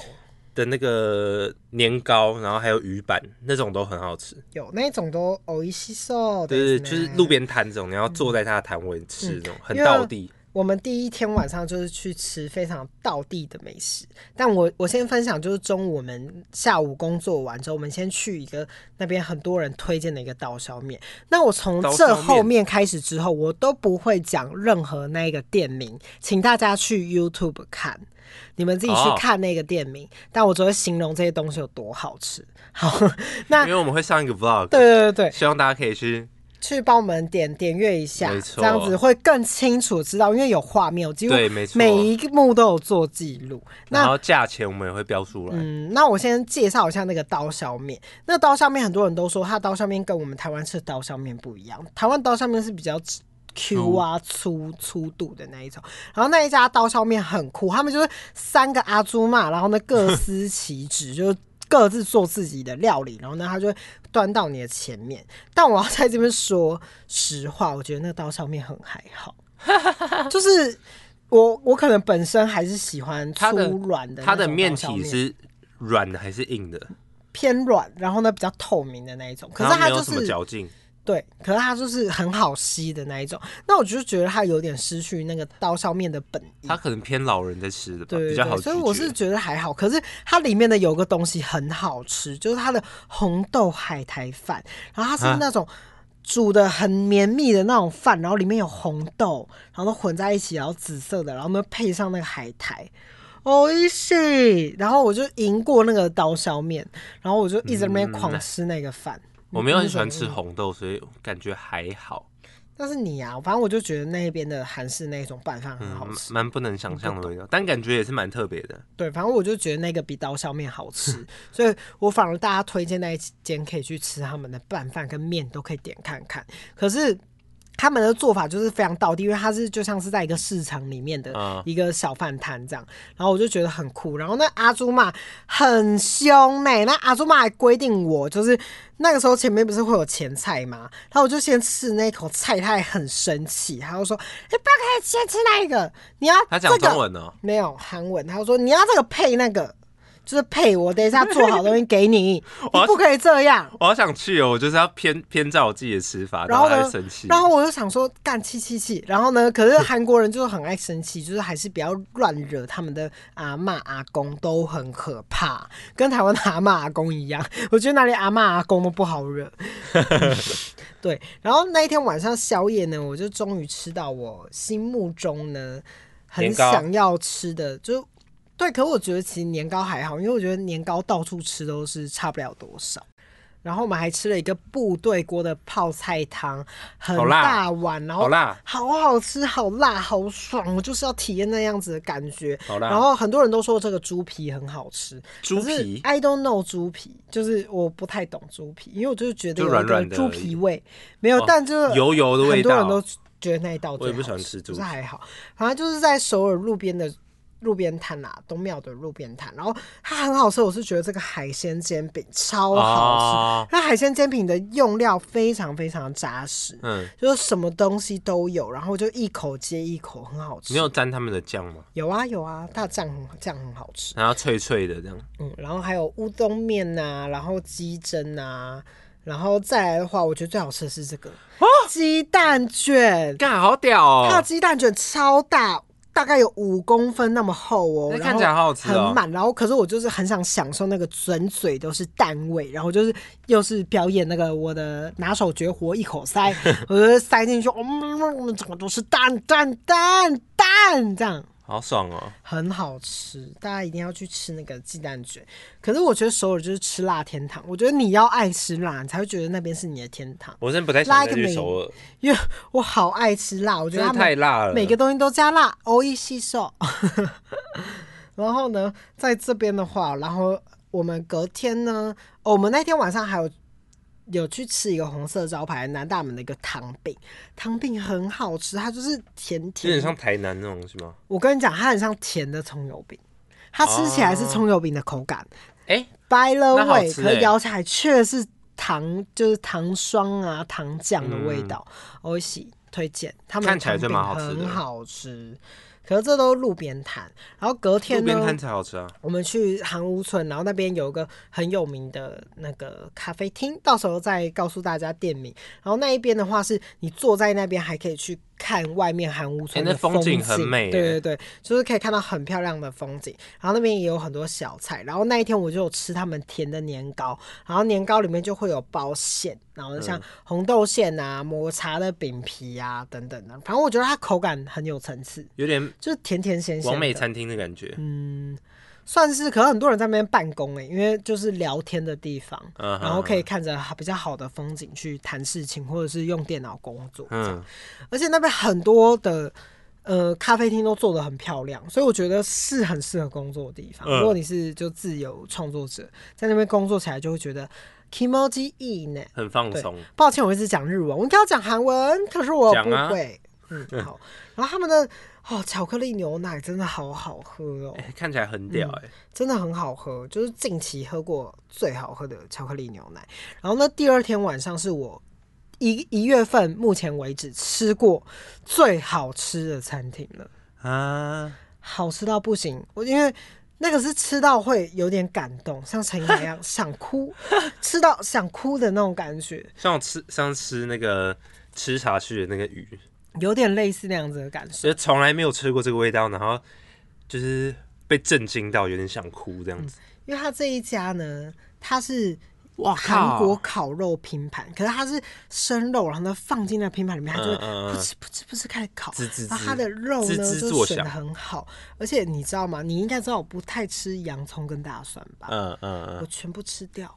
的那个年糕，然后还有鱼板那种都很好吃。有那种都偶一吸收，对对，对就是路。边摊这种，你要坐在它的摊位吃这种，很嗯因为道地。我们第一天晚上就是去吃非常道地的美食，但我我先分享，就是中午我们下午工作完之后，我们先去一个那边很多人推荐的一个刀削面。那我从刀削这面后面开始之后，我都不会讲任何那个店名，请大家去 YouTube 看。你们自己去哦看那个店名，但我只会形容这些东西有多好吃。好，那 因为我们会上一个 vlog，对对对对，希望大家可以去去帮我们点点阅一下没，这错样子会更清楚知道，因为有画面，我几乎对，没错。每一幕都有做记录。然那后价钱我们也会标出来，嗯，那我先介绍一下那个刀削面。那刀削面很多人都说，它刀削面跟我们台湾吃的刀削面不一样，台湾刀削面是比较 Q 啊粗粗度的那一种，然后那一家刀削面很酷，他们就是三个阿朱嘛，然后呢各司其职，就是各自做自己的料理，然后呢他就会端到你的前面。但我要在这边说实话，我觉得那刀削面很还 好，就是。我我可能本身还是喜欢粗它的软的那种它的面刀削体是软的还是硬的？偏软，然后呢比较透明的那一种，可是然后它没就有什么是嚼劲，对，可是它就是很好吸的那一种。那我就觉得它有点失去那个刀削面的本意它。可能偏老人在吃的吧，对比对较好对，咀所以我是嚼。觉得还好。可是它里面的有个东西很好吃，就是它的红豆海苔饭，然后它是啊那种。煮的很绵密的那种饭，然后里面有红豆，然后都混在一起，然后紫色的，然后呢配上那个海苔，哦一西。然后我就赢过那个刀削面，然后我就一直在那嗯边狂吃那个饭。我没有很喜欢你吃红豆，所以感觉还好，那是你啊，反正我就觉得那边的韩式那种拌饭很嗯好，蛮吃。嗯蛮不能想象的味道，但感觉也是蛮特别的。对，反正我就觉得那个比刀削面好吃，所以我反而大家推荐那一间可以去吃他们的拌饭跟面都可以点看看。可是他们的做法就是非常道地，因为它是就像是在一个市场里面的嗯一个小饭摊这样，然后我就觉得很酷。然后那阿朱嘛很凶呢、欸那阿朱嘛还规定我就是那个时候前面不是会有前菜嘛，然后我就先吃那口菜，他也很生气，他就说：“你不可以先吃那个，你要他这讲个。中文哦，没有韩文，他说你要这个配那个，就是配我等一下做好的东西给你，你不可以这样。我好想去哦，我就是要偏偏照我自己的吃法，然然后后呢他会生气。然后我就想说干气气气，然后呢，可是韩国人就是很爱生气，就是还是不要乱惹他们的阿嬷阿公都很可怕，跟台湾的阿嬷阿公一样， 我觉得那里阿嬷阿公都不好惹。 对，然后那一天晚上宵夜呢，我就终于吃到我心目中呢很年糕想要吃的，就对。可我觉得其实年糕还好，因为我觉得年糕到处吃都是差不了多少。然后我们还吃了一个部队锅的泡菜汤，很好辣大碗，然后好辣，好好吃，好辣，好爽，我就是要体验那样子的感觉。好然辣，后很多人都说这个猪皮很好吃，猪可是哎皮？I don't know 猪皮，就是我不太懂猪皮，因为我就是觉得就有软一软个的猪而皮已味，没有，哦但就是油油的很味多人都道，觉得那一道最我也不好喜欢吃猪可是皮还好，反正就是在首尔路边的路边摊啦，东庙的路边摊，然后它很好吃，我是觉得这个海鲜煎饼超好吃，哦，那、海鲜煎饼的用料非常非常扎实。嗯，就是什么东西都有，然后就一口接一口，很好吃。你有沾他们的酱吗？有啊有啊，大酱很酱很好吃。然后脆脆的这样，嗯，然后还有乌冬面呐、然后鸡胗呐、然后再来的话，我觉得最好吃的是这个啊鸡蛋卷，干好屌它的哦，鸡蛋卷超大，大概有五公分那么厚哦，那然看后起来好好吃哦很满。然后可是我就是很想享受那个整嘴都是蛋味，然后就是又是表演那个我的拿手绝活一口塞，我就塞进去，嗯，怎么都是蛋蛋蛋蛋这样。好爽哦，很好吃，大家一定要去吃那个鸡蛋卷。可是我觉得首尔就是吃辣天堂，我觉得你要爱吃辣，你才会觉得那边是你的天堂。我真的不太想拉一再个去美首尔，因为我好爱吃辣，我觉真得的他太们辣了，每个东西都加辣，哦一吸收。 然后呢，在这边的话，然后我们隔天呢，哦我们那天晚上还有有去吃一个红色招牌南大门的一个糖饼，糖饼很好吃，它就是甜有点甜像台南那种是吗？我跟你讲，它很像甜的葱油饼，它吃起啊来是葱油饼的口感。哎， By the 那好 way，吃可欸咬起来却是糖，就是糖霜啊、糖酱的味道。我喜推荐，他们嗯看起来就蛮好吃的很好吃。可是这都是路边摊，然后隔天路边呢摊，才好吃啊，我们去韩屋村，然后那边有一个很有名的那个咖啡厅，到时候再告诉大家店名。然后那一边的话，是你坐在那边还可以去看外面韩屋村欸那的风景，景很美对对欸对，就是可以看到很漂亮的风景。然后那边也有很多小菜。然后那一天我就有吃他们甜的年糕，然后年糕里面就会有包馅，然后嗯像红豆馅啊、抹茶的饼皮啊等等的。反正我觉得它口感很有层次，有点就是甜甜咸咸的。完美餐厅的感觉，嗯，算是，可能很多人在那边办公哎、因为就是聊天的地方，嗯然后可以哼，看着比较好的风景去谈事情，或者是用电脑工作这样。嗯，而且那边很多的呃咖啡厅都做的很漂亮，所以我觉得是很适合工作的地方。嗯如果你是就自由创作者，在那边工作起来就会觉得 k i m o j i いいね。很放松，抱歉，我一直讲日文，我应该要讲韩文，可是我讲不啊会。嗯，好。然后他们的哦，巧克力牛奶真的好好喝哦，嗯哎看起来很屌哎，真的很好喝，就是近期喝过最好喝的巧克力牛奶。然后呢，第二天晚上是我一一月份目前为止吃过最好吃的餐厅了，啊，好吃到不行。我因为那个是吃到会有点感动，像陈雅一样想 哭，吃到想哭的那种感觉，像我吃像吃那个吃茶去的那个鱼，有点类似那样子的感受。就从来没有吃过这个味道，然后就是被震惊到，有点想哭这样子。因为它这一家呢，它是哇韩国烤肉拼盘，可是它是生肉，然后呢放进那拼盘里面，它就会嗯嗯嗯噗嗤噗嗤噗嗤开始烤滋滋，然后滋它的肉滋呢滋就作选的响很好，而且你知道吗？你应该知道我不太吃洋葱跟大蒜吧？嗯嗯我嗯，全部吃掉，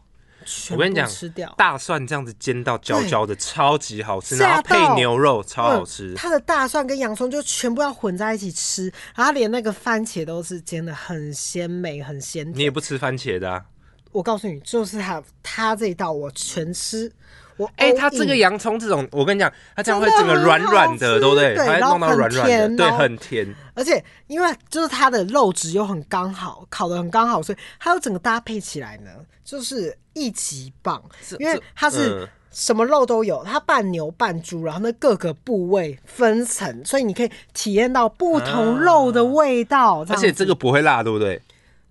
全我跟你部讲吃掉，。大蒜这样子煎到焦焦的，超级好吃，吓然后配到牛肉超好嗯吃。它的大蒜跟洋葱就全部要混在一起吃，然后它连那个番茄都是煎的很鲜美、很鲜甜。你也不吃番茄的啊？我告诉你，就是它它这一道我全吃。我哎， all 它这个 in 洋葱这种，我跟你讲，它这样会真的整个很软好软的，吃对不对？对它会然后弄到很软软的，甜哦对，然后很甜。而且因为就是它的肉质又很刚好，烤的很刚好，所以它又整个搭配起来呢，就是一级棒。因为它是嗯什么肉都有，它半牛半猪，然后呢各个部位分层，所以你可以体验到不同肉的味道。啊而且这个个不会辣，对不对？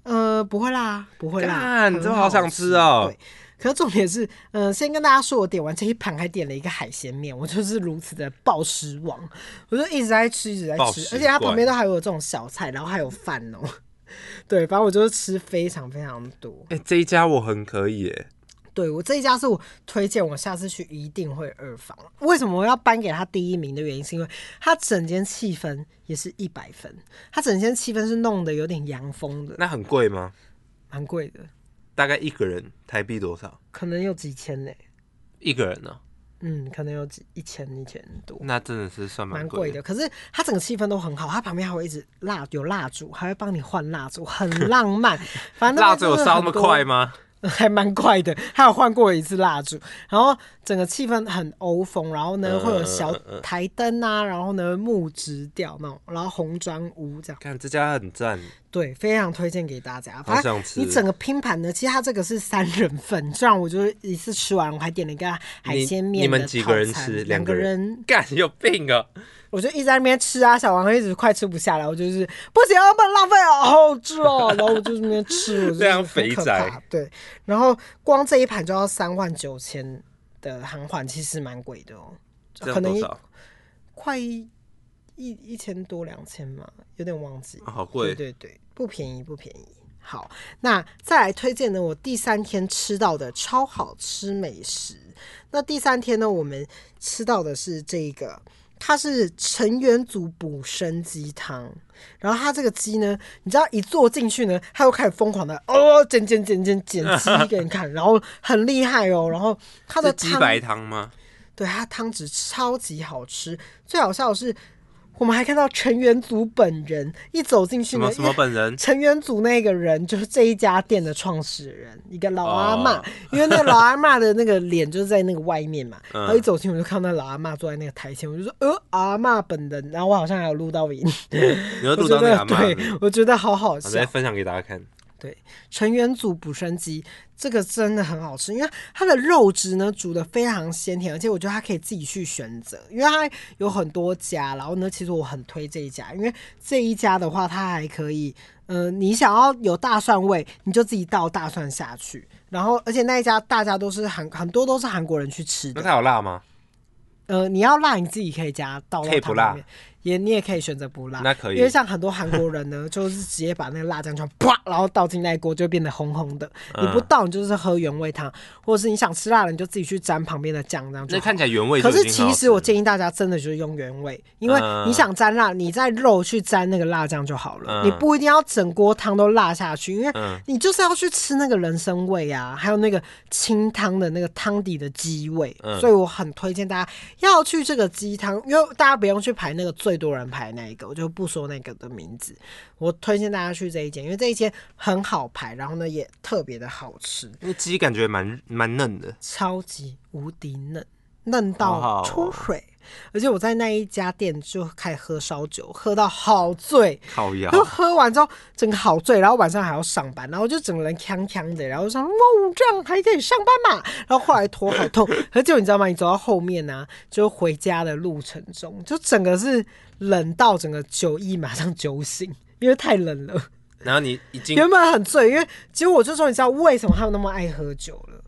呃不会啦，不会啦，干很这么好想吃哦对。可是重点是，嗯、先跟大家说，我点完这一盘还点了一个海鲜面，我就是如此的暴食王，我就一直在吃，一直在暴吃食，而且它怪旁边都还有这种小菜，然后还有饭哦、 对，反正我就是吃非常非常多。哎，这一家我很可以哎。对我这一家是我推荐，我下次去一定会二访。为什么我要颁给他第一名的原因，是因为他整间气氛也是一百分，他整间气氛是弄得有点洋风的，那很贵吗？蛮贵的，大概一个人台币多少？可能有几千呢、一个人呢、嗯，可能有几一千一千多。那真的是算蛮贵贵的，。可是它整个气氛都很好，它旁边还会一直蜡有蜡烛，还会帮你换蜡烛， 很浪漫。反正蜡烛有烧那么快吗？吗？ 还蛮快的，还有换过一次蜡烛，然后整个气氛很欧风，然后呢嗯会有小嗯嗯嗯台灯啊，然后呢木质调那种，然后红砖屋这样，看这家很赞，对，非常推荐给大家。好反想正吃你整个拼盘呢，其实它这个是三人份，虽然我就是一次吃完，我还点了一个海你鲜面你们的几套个人餐吃两两个个人人， 干有病啊！我就一直在那边吃啊，小王一直快吃不下来，我就是不行，不能浪费哦，好好吃哦，然后我就在那边吃，我就这样很肥可宅怕对，然后光这一盘就要三万九千的韩环，其实蛮贵的哦，这 可样能多一少？啊快一一一千多两千嘛，有点忘记。啊好贵，对对对，不便宜不便宜。好，那再来推荐呢，我第三天吃到的超好吃美食。那第三天呢，我们吃到的是这个，它是成员组补参鸡汤。然后它这个鸡呢，你知道一坐进去呢，它又开始疯狂的哦，剪剪剪剪剪鸡给你看，然后很厉害哦。然后它的是鸡汤白 汤吗？对，它汤汁超级好吃。最好笑的是，我们还看到成员组本人一走进去什呢，么因什为么 本人？成员组那个人就是这一家店的创始人，一个老阿嬷，哦因为那个老阿嬷的那个脸就是在那个外面嘛，嗯然后一走进我就看到那老阿嬷坐在那个台前，我就说呃阿嬷本人，然后我好像还有录到影，你要我录觉到那得个阿嬷是不是对，我觉得好好我笑再。分享给大家看。对，成员组补生鸡这个真的很好吃，因为它的肉质呢煮的非常鲜甜，而且我觉得它可以自己去选择，因为它有很多家，然后呢，其实我很推这一家，因为这一家的话，它还可以，呃，你想要有大蒜味，你就自己倒大蒜下去，然后而且那一家大家都是韩很多都是韩国人去吃那的，它有辣吗？呃，你要辣你自己可以加倒到可以汤不里辣面，也你也可以选择不辣，那可以因为像很多韩国人 呢，就是直接把那个辣酱全啪，然后倒进那一锅，就变得红红的。你不嗯倒，你就是喝原味汤，或者是你想吃辣的，你就自己去沾旁边的酱，这样就那好看起来原味就可已经是很好吃了。其实我建议大家真的就是用原味，因为嗯你想沾辣，你在肉去沾那个辣酱就好了，嗯你不一定要整锅汤都辣下去，因为嗯你就是要去吃那个人参味啊，还有那个清汤的那个汤底的鸡味，嗯所以我很推荐大家要去这个鸡汤，因为大家不用去排那个最多人排那一个，我就不说那个的名字，我推荐大家去这一间，因为这一间很好排，然后呢也特别的好吃，那鸡感觉蛮蛮嫩的，超级无敌嫩，嫩好好到哦出水。而且我在那一家店就开始喝烧酒，喝到好醉，靠 腰然。后喝完之后整个好醉，然后晚上还要上班，然后就整个人呛呛的，然后就想哇，这样还可以上班嘛？然后后来头好痛，可是就你知道吗？你走到后面呢、就回家的路程中，就整个是冷到整个酒意马上酒醒，因为太冷了。然后你已经原本很醉，因为其实我就说，你知道为什么他们那么爱喝酒了？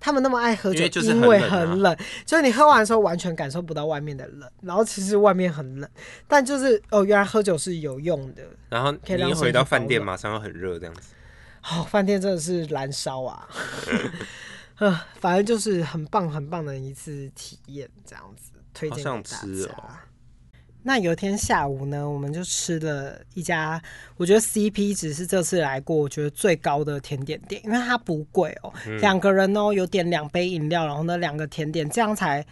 他们那么爱喝酒，因为就是很因为冷啊很冷，就是你喝完的时候完全感受不到外面的冷，然后其实外面很冷，但就是哦，原来喝酒是有用的。然后可以让你一回到饭店，马上又很热这样子。哦，饭店真的是燃烧啊！ 呃，反正就是很棒很棒的一次体验，这样子推荐给好大想家。吃哦那有一天下午呢，我们就吃了一家，我觉得 CP 值是这次来过我觉得最高的甜点店，因为它不贵哦，嗯两、个人哦有点两杯饮料，然后呢两个甜点，这样才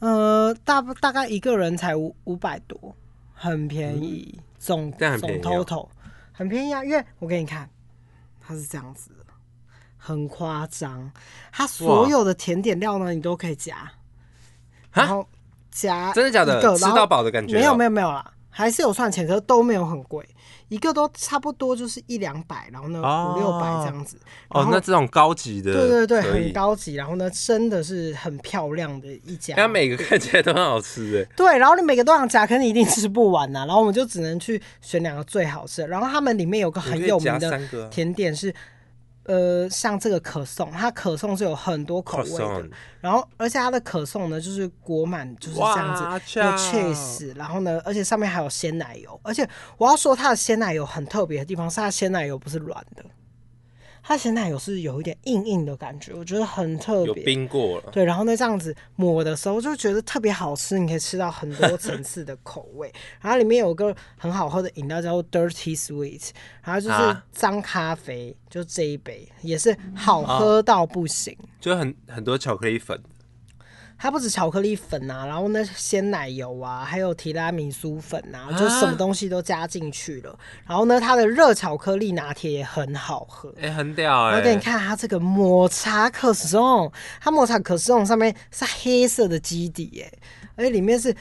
呃大大概一个人才五五百多，很便宜，总嗯这样很总便宜哦 total 很便宜啊，因为我给你看，它是这样子的，很夸张，它所哇有的甜点料呢你都可以夹，然后夹真的假的啊一个？吃然后到饱的感觉哦？没有没有没有啦，还是有算钱，可是都没有很贵，一个都差不多就是一两百，然后呢哦五六百这样子。然哦，后那这种高级的，对对对，可以很。高级，然后呢真的是很漂亮的一家。它哎每个看起来都很好吃哎，对，然后你每个都想夹，可是你一定吃不完呐、然后我们就只能去选两个最好吃的。然后他们里面有个很你可以有夹名的三个啊甜点是，呃，像这个可颂，它可颂是有很多口味的 Croissant。然后而且它的可颂呢，就是裹满就是这样子哇有恰 cheese，然后呢，而且上面还有鲜奶油。而且我要说它的鲜奶油很特别的地方是，它的鲜奶油不是软的，它的鲜奶油是有一点硬硬的感觉，我觉得很特有别。冰过了，对，然后呢，这样子抹的时候就觉得特别好吃，你可以吃到很多层次的口味。然后里面有个很好喝的饮料叫做 Dirty Sweet，然后就是啊脏咖啡，就这一杯也是嗯好哦喝到不行。就很很多巧克力粉，它不止巧克力粉啊，然后呢鲜奶油啊，还有提拉米苏粉啊，就什么啊东西都加进去了。然后呢，它的热巧克力拿铁也很好喝。哎，很屌然后给你哎，看它这个抹茶可颂，它抹茶可颂上面是黑色的基底耶，而且里面是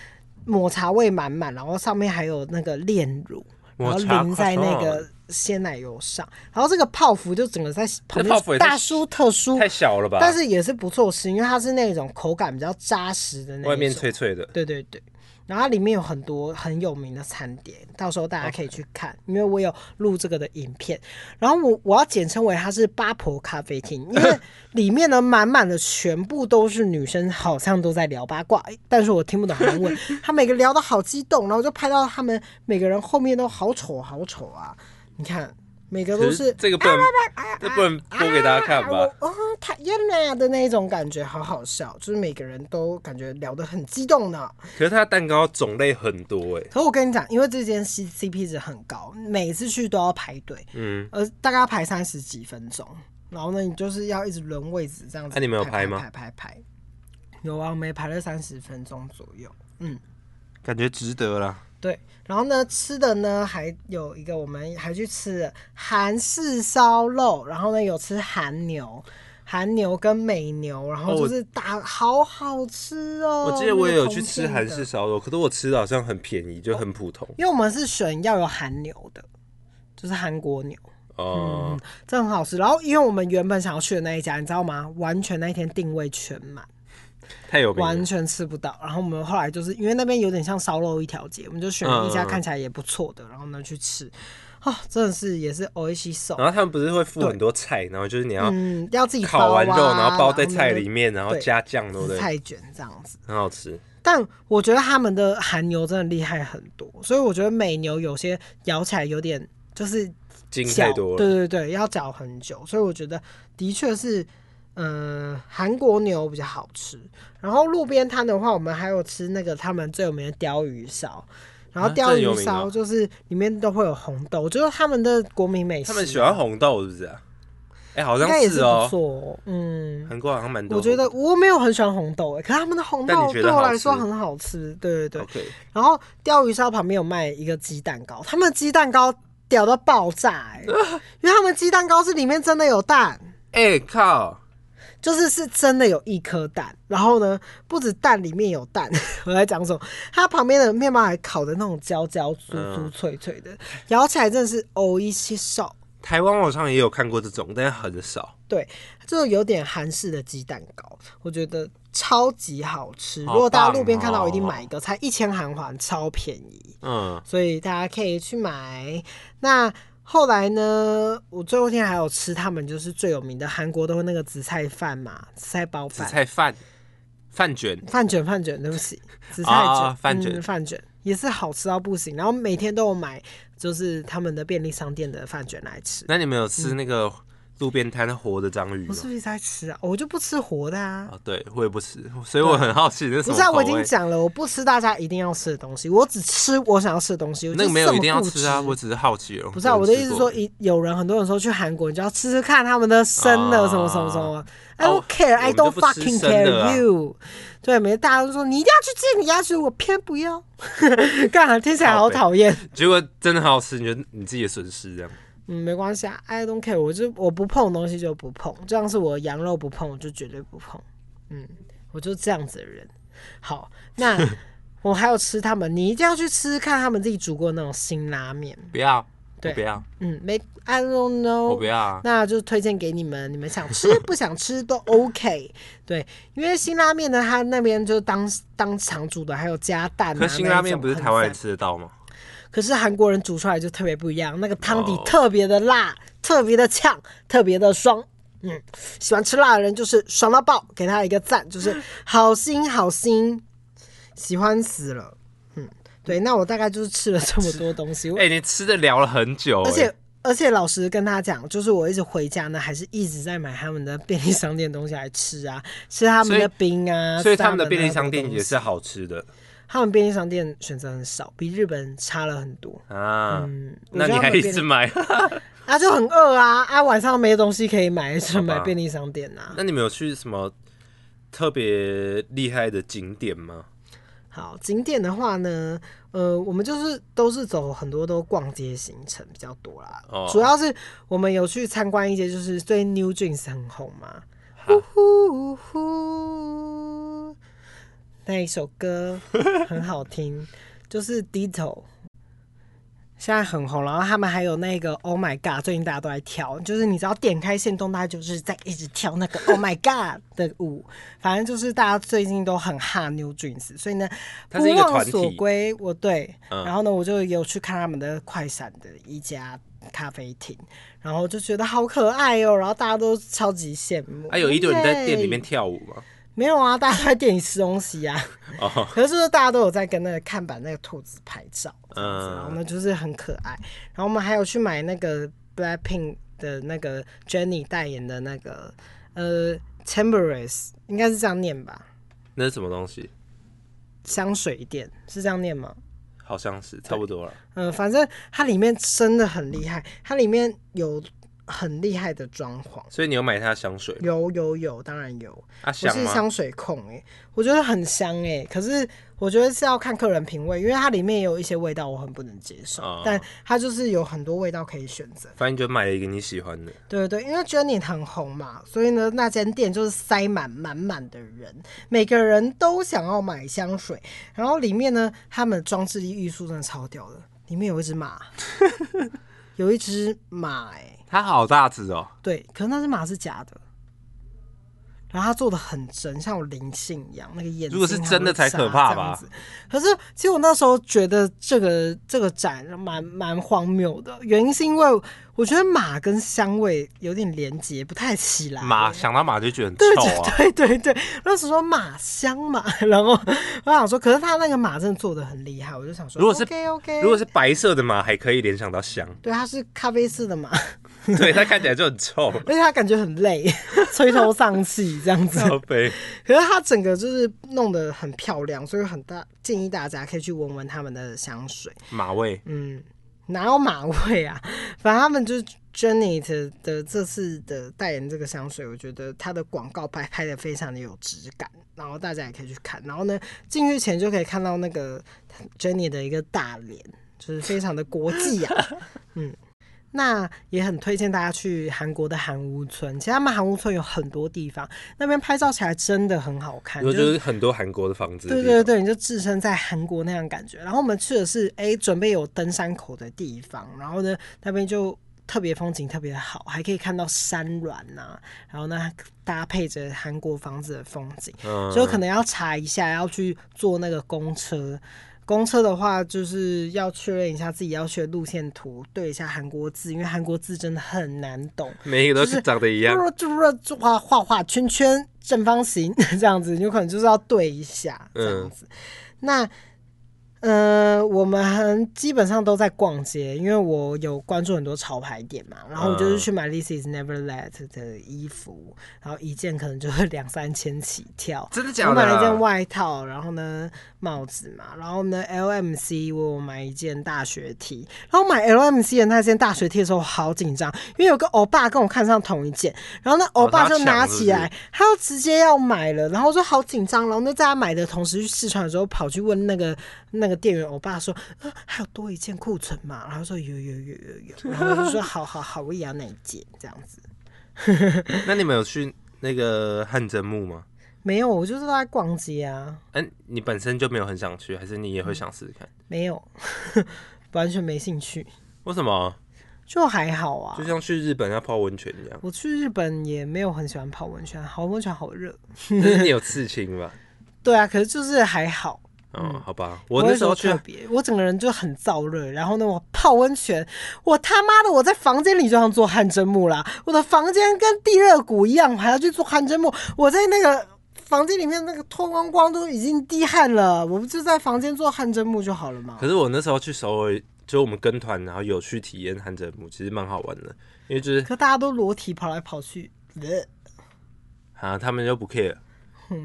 抹茶味满满，然后上面还有那个炼乳，然抹后茶淋在那 croissant 个鲜奶油上，然后这个泡芙就整个在旁泡芙边也太大书特书太，小了吧？但是也是不错吃，因为它是那种口感比较扎实的那种，外面脆脆的，对对对，然后它里面有很多很有名的餐点，到时候大家可以去看因为我有录这个的影片。然后我我要简称为它是八婆咖啡 厅，因为里面呢满满的全部都是女生，好像都在聊八卦，诶但是我听不懂韩 文，他每个聊的好激动，然后我就拍到他们每个人后面都好丑好丑啊！你看，每个都可是是这个不能，这不能播给大家看吧？我哦，讨厌呐的那种感觉，好好笑，就是每个人都感觉聊得很激动呢。可是它蛋糕种类很多哎，可我跟你讲，因为这间 C C P 值很高，每次去都要排队，嗯，呃，大概要排三十几分钟。然后呢，你就是要一直轮位置这样子。那你们有排排吗排排排，排有啊，我们也排了三十分钟左右。感觉值得啦。对，然后呢，吃的呢还有一个，我们还去吃了韩式烧肉，然后呢有吃韩牛。韩牛跟美牛，然后哦我就是打好好吃哦。我记得那我个也有同去吃片韩的式烧肉，可是我吃的好像很便宜，就很普通因为我们是选要有韩牛的，就是韩国牛。哦。这很好吃。然后因为我们原本想要去的那一家，你知道吗？完全那一天定位全满，太有名了完全吃不到。然后我们后来就是因为那边有点像烧肉一条街，我们就选了一家嗯嗯嗯看起来也不错的，然后呢去吃。哦，真的是也是 o i s h i 然后他们不是会附很多菜，然后就是你要嗯，要自己烤完包肉，啊然后包在菜呢里面，然后对加酱，对不紫对？菜卷这样子。很好吃。但我觉得他们的韩牛真的厉害很多，所以我觉得美牛有些咬起来有点就是筋搅太多对对了，对，要搅很久，所以我觉得的确是，嗯、韩国牛比较好吃。然后路边摊的话，我们还有吃那个他们最有名的鲷鱼烧，然后啊鲷这有鱼名烧哦就是里面都会有红豆，就是他们的国民美食啊。他们喜欢红豆是不是啊？哎、好应像该也是哦不，错哦、嗯。韩国好像蛮多我红觉豆。得我没有很喜欢红豆欸诶、可是他们的红但豆你觉对得我好来说吃很好吃，对对对。 OK，然后鲷鱼烧旁边有卖一个鸡蛋糕，他们鸡蛋糕屌到爆炸、 欸，因为他们鸡蛋糕是里面真的有蛋，哎、靠，就是是真的有一颗蛋。然后呢，不止蛋里面有蛋， 我在讲什么？它旁边的面包还烤的那种焦焦、酥酥嗯脆脆的，咬起来真的是哦一些少，台湾网上也有看过这种，但是很少。对，就有点韩式的鸡蛋糕，我觉得超级好吃。好如果大家棒路边看到，我一定哦买一个，才一千韩环，超便宜。嗯，所以大家可以去买。那后来呢，我最后一天还有吃他们就是最有名的韩国都会那个紫菜饭嘛，紫菜包紫饭、菜饭、饭卷，饭卷、饭卷，对不起，紫菜啊卷、饭卷嗯饭卷也是好吃到不行。然后每天都有买，就是他们的便利商店的饭卷来吃。那你们有吃那个路边摊活的章鱼我吗是？不是一直在吃啊？我就不吃活的啊。哦，对，我也不吃，所以我很好奇那是不什么是啊，口我味。已经讲了，我不吃大家一定要吃的东西，我只吃我想要吃的东西。我那个就没有这一么定要不吃啊，我只是好奇而已。不是啊，我的意思是说，一一有人很多人说去韩国，你就要吃吃看他们的生的啊什么什么什么。I 啊 don't care, 我 I 们就 don't 不吃 fucking 生的啊 care you。对，每次大家都说你一定要去吃，你要去，我偏不要。 干啥？听起来好靠北讨厌。结果真的很好吃，你觉得你自己的损失这样？嗯，没关系啊，I don't care，我就我不碰的东西就不碰，这样是我羊肉不碰，我就绝对不碰。嗯，我就这样子的人。好，那 我还有吃他们，你一定要去吃吃看他们自己煮过那种辛拉面。不要，对我不要，嗯，没，I don't know，我不要啊！那就推荐给你们，你们想吃不想吃都 OK。对， 因为辛拉面呢，它那边就当当场煮的，还有加蛋、啊。可辛拉面不是台湾那一人种吃得到吗？很赞，可是韩国人煮出来就特别不一样，那个汤底哦特别的辣，特别的呛，特别的爽。嗯，喜欢吃辣的人就是爽到爆，给他一个赞， 就是好心好心，喜欢死了。嗯，对，那我大概就是吃了这么多东西，我哎、你吃的聊了很久、而哎且而且老实跟他讲，就是我一直回家呢，还是一直在买他们的便利商店的东西来吃啊，吃他们的冰啊，所以吃他们的那便利个商店东也西是，好吃的他们便利商店选择很少，比日本差了很多。啊。嗯，那我觉你得他还们一便利直买？啊就很饿啊啊晚上没东西可以买，就好吧买便利商店啊。 那你们有去什么特别厉害的景点吗？好，景点的话呢，呃，我们就是都是走很多都逛街行程比较多啦，哦主要是我们有去参观一些，就是最近 New Jeans 很红嘛，哈呼呼呼，那一首歌很好听， 就是 Dito。现在很红，然后他们还有那个 Oh My God，最近大家都在跳，就是你只要点开线动，大家就是在一直跳那个 Oh My God 的舞，反正就是大家最近都很哈 New Jeans，所以呢，它不是一个忘团体所归，我对，嗯然后呢，我就有去看他们的快闪的一家咖啡厅，然后就觉得好可爱哦，然后大家都超级羡慕。啊，有一堆人在店里面耶，跳舞吗？没有啊，大家都在店里吃东西啊，哦， 可是就是大家都有在跟那个看板那个兔子拍照，这样子，嗯然后呢就是很可爱，然后我们还有去买那个 Blackpink 的那个 Jennie 代言的那个呃 Temperies，应该是这样念吧，那是什么东西？香水店是这样念吗？好像是差不多了。嗯，反正它里面真的很厉害，它里面有很厉害的装潢，所以你有买它的香水吗？有有有，当然有。啊，我香是吗？香水控哎、我觉得很香哎、可是我觉得是要看个人品味，因为它里面也有一些味道我很不能接受，哦但它就是有很多味道可以选择。反正你就买了一个你喜欢的。对对对，因为 Jenny 很红嘛，所以呢，那间店就是塞满满满的人，每个人都想要买香水。然后里面呢，他们的装置艺术真的超屌的，里面有一只 马，有一只马哎、它好大只哦！对，可是那只马是假的，然后他做的很真，像有灵性一样，那个眼睛如果是真的才可怕还会眨吧这样子。可是其实我那时候觉得这个这个展蛮蛮荒谬的，原因是因为我觉得马跟香味有点连结不太起来。马想到马就觉得很对臭啊，对对对，那时候说马香嘛，然后我想说，可是他那个马真的做的很厉害，我就想说，如果是 OK OK，如果是白色的马还可以联想到香，对，它是咖啡色的马， 对，它看起来就很臭，而且它感觉很累， 垂头丧气这样 子。靠背。可是它整个就是弄得很漂亮，所以很大建议大家可以去闻闻他们的香水。马味，嗯，哪有马味啊？反正他们就是 Janet 的这次的代言这个香水，我觉得它的广告拍拍的非常的有质感，然后大家也可以去看。然后呢，进去前就可以看到那个 Janet 的一个大脸，就是非常的国际啊。嗯，那也很推荐大家去韩国的韩屋村，其实他们韩屋村有很多地方，那边拍照起来真的很好看，然后就是就是很多韩国的房子的对地方，对对，你就置身在韩国那样感觉。然后我们去的是哎，准备有登山口的地方，然后呢，那边就特别风景特别好，还可以看到山峦呐、然后呢，搭配着韩国房子的风景，嗯，所以可能要查一下，要去坐那个公车。公车的话，就是要确认一下自己要去的路线图，对一下韩国字，因为韩国字真的很难懂。每一个就是都长得一样，就是就画画画圈圈正方形 这样子，有可能就是要对一下嗯这样子。那呃，我们很基本上都在逛街，因为我有关注很多潮牌店嘛，然后我嗯就是去买 l i s i s Never Let 的衣服，然后一件可能就是两三千起跳。真的我假的买了一啊？件外套，然后呢帽子嘛，然后呢 LMC 我有买一件大学 T，然后买 LMC 的那件大学 T 的时候我好紧张，因为有个欧巴跟我看上同一件，然后那欧巴哦就他抢拿是不起是来，他要直接要买了，然后我就好紧张，然后呢在他买的同时去试穿的时候跑去问那个那个店员欧巴说、啊，还有多一件库存嘛，然后说有有有有有，然后我就说好好好，我也要那一件这样子。那你们有去那个汗蒸木吗？没有，我就是在逛街啊，嗯、你本身就没有很想去，还是你也会想试试看？没有， 完全没兴趣。为什么？就还好啊就。像去日本要泡温泉 一样，我去日本也没有很喜欢泡温泉，好温泉好热。但是你有刺青吧？对啊，可是就是还好。嗯哦，好吧，不我会那时说候去特别，我整个人就很燥热。然后呢，我泡温泉，我他妈的我在房间里就想做汗蒸木啦。我的房间跟地热谷一样，我还要去做汗蒸木。我在那个房间里面那个脱光光都已经滴汗了，我不就在房间做汗蒸木就好了嘛可。是我那时候去首尔，就我们跟团，然后有去体验汗蒸木，其实蛮好玩的，因为就是可大家都裸体跑来跑去，呃啊，他们就不 care，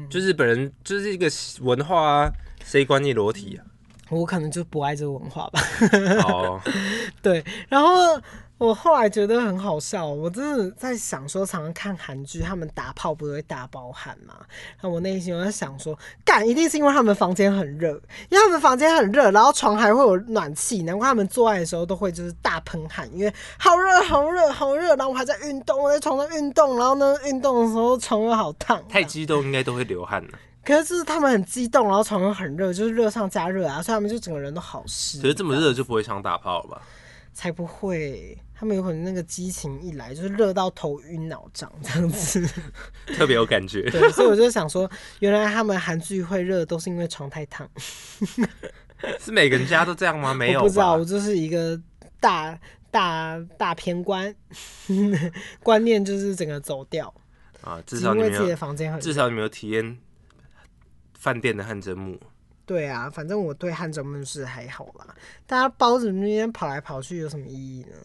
就日本人就是一个文化啊，谁管你裸体 啊？我可能就不爱这个文化吧。哦， 对，然后我后来觉得很好笑，哦我真的在想说，常常看韩剧，他们打炮不都会打包汗嘛？然后我内心我在想说，干一定是因为他们房间很热，因为他们房间很热，然后床还会有暖气，难怪他们做爱的时候都会就是大喷汗，因为好热好热好热，然后我还在运动，我在床上运动，然后呢运动的时候床又好烫，啊太激动应该都会流汗 了，可是就是他们很激动，然后床又很热，就是热上加热啊，所以他们就整个人都好湿。可是这么热就不会想打炮了吧？才不会，他们有可能那个激情一来，就是热到头晕脑胀这样子。嗯特别有感觉。嗯 对，所以我就想说，原来他们韩剧会热，都是因为床太烫。是每个人家都这样吗？没有我不知道，吧我？就是一个大大大偏观观念，就是整个走掉，啊，至只少因你为没自己的有，房间很至少你没有体验饭店的汗蒸木。对啊。反正我对汗蒸闷是还好啦，大家包子那边跑来跑去有什么意义呢？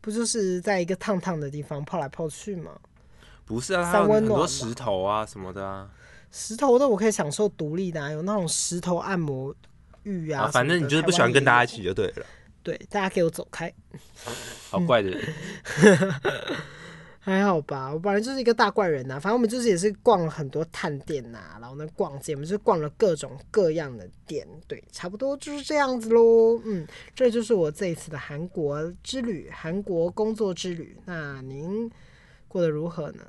不就是在一个烫烫的地方泡来泡去吗？不是啊，它散有温很多暖石头啊什么的啊，石头的我可以享受独立的、啊，有那种石头按摩浴啊啊反正你就是不喜欢跟大家一。起就对了，什么的台湾也有对，大家给我走开，好怪 的人。还好吧。我本来就是一个大怪人呐、啊反正我们就是也是逛了很多探店呐、然后呢逛街，我们就逛了各种各样的店，对，差不多就是这样子喽。嗯，这就是我这一次的韩国之旅，韩国工作之旅。那您过得如何呢？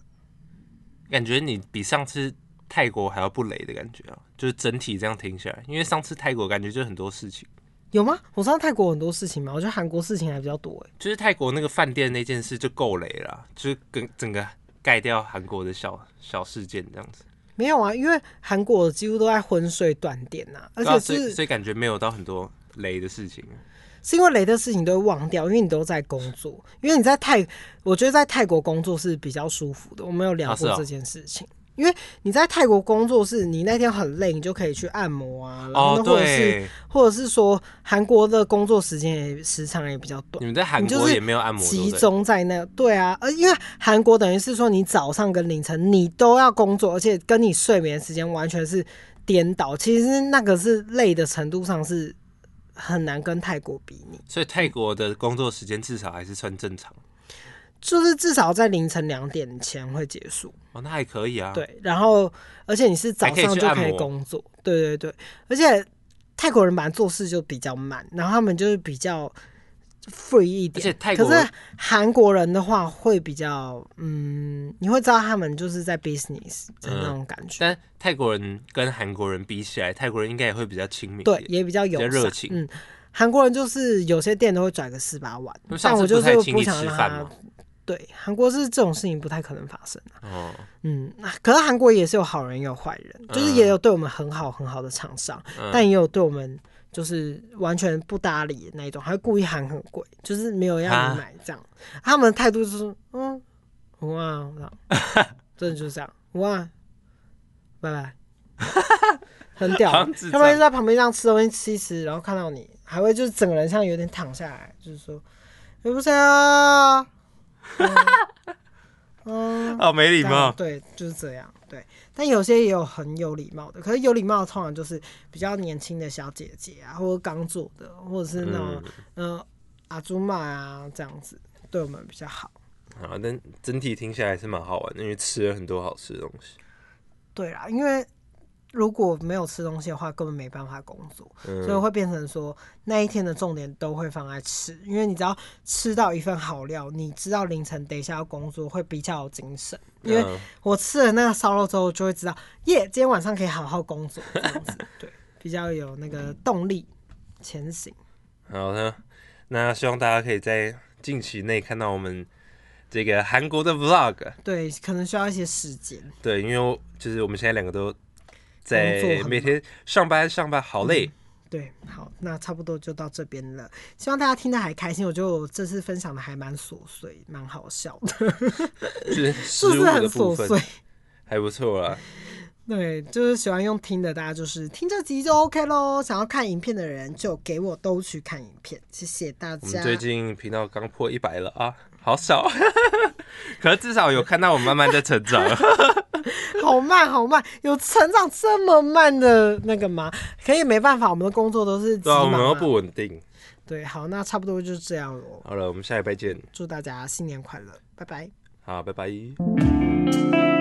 感觉你比上次泰国还要不累的感觉啊，就是整体这样听起来，因为上次泰国感觉就很多事情，有吗？我上泰国很多事情嘛，我觉得韩国事情还比较多哎、就是泰国那个饭店那件事就够累了啊，就是跟整个盖掉韩国的小小事件这样子，没有啊，因为韩国几乎都在昏睡断电呐、而对且啊所以是所以感觉没有到很多雷的事情啊。是因为雷的事情都会忘掉，因为你都在工作，因为你在泰，我觉得在泰国工作是比较舒服的。我们有聊啊是过哦这件事情，因为你在泰国工作是你那天很累，你就可以去按摩啊，然后哦，呢或者是、对，或者是说韩国的工作时间也时长也比较短你。们在韩你就国是也没有按摩，对集不对中在那，对啊，呃，因为韩国等于是说你早上跟凌晨你都要工作，而且跟你睡眠时间完全是颠倒。其实那个是累的程度上是很难跟泰国比拟，所以泰国的工作时间至少还是算正常。就是至少在凌晨两点前会结束。哦，那还可以啊。，对，然后而且你是早还可以上去就按可以摩工作，对对对，而且泰国人本来做事就比较慢，然后他们就是比较 free 一而点，且泰可国是韩国人的话会比较，嗯，你会知道他们就是在 business 的那种感觉，但泰国人跟韩国人比起来，泰国人应该也会比较亲民一对点。，也比较友比较善，热情嗯，韩国人就是有些店都会拽个四八万他们，上但次我就不太是请你想吃让饭他吗。对，韩国是这种事情不太可能发生、啊、哦，嗯，啊可是韩国也是有好人也有坏人，就是也有对我们很好很好的厂商，嗯 但也有对我们就是完全不搭理的那一种，还会故意喊很贵，就是没有让啊你买这样。他们的态度就是，嗯，哇，这样 真的就是这样，哇，拜 拜，很屌。好像智障他们就在旁边这样吃东西吃一吃，然后看到你，还会就是整个人像有点躺下来，就是说，你不是啊，嗯，嗯哦，没礼这样貌。对，就是这样，对。但有些也有很有礼貌的，可是有礼貌的通常就是比较年轻的小姐姐啊，或者刚做的，或者是那种嗯、呃、阿祖玛啊这样子，对我们比较好。啊，但整体听下来是蛮好玩的，因为吃了很多好吃的东西。对啦，因为如果没有吃东西的话，根本没办法工作，所以嗯，会变成说那一天的重点都会放在吃，因为你只要吃到一份好料，你知道凌晨等一下要工作会比较有精神，因为嗯我吃了那个烧肉之后，就会知道，耶，今天晚上可以好好工作，这样子，对，比较有那个动力前行。好的，那希望大家可以在近期内看到我们这个韩国的 vlog。对，可能需要一些时间。对，因为我就是我们现在两个都在工作很忙嗯每天上班上班，好累。对，好，那差不多就到这边了。希望大家听得还开心。我觉得我这次分享的还蛮琐碎，蛮好笑的，就 是是食不物是很的部琐碎分？还不错啊啦。对，就是喜欢用听的，大家就是听这集就 OK 咯。想要看影片的人，就给我都去看影片。谢谢大我们家。最近频道刚破一百了啊，好少， 可是至少有看到我慢慢在 成长。好慢好慢，有成长这么慢的那个吗？可以没办法，我们的工作都是急对啊，我忙、们啊又不稳定。对，好，那差不多就是这样咯。好了，我们下礼拜见。祝大家新年快乐，拜拜。好，拜拜。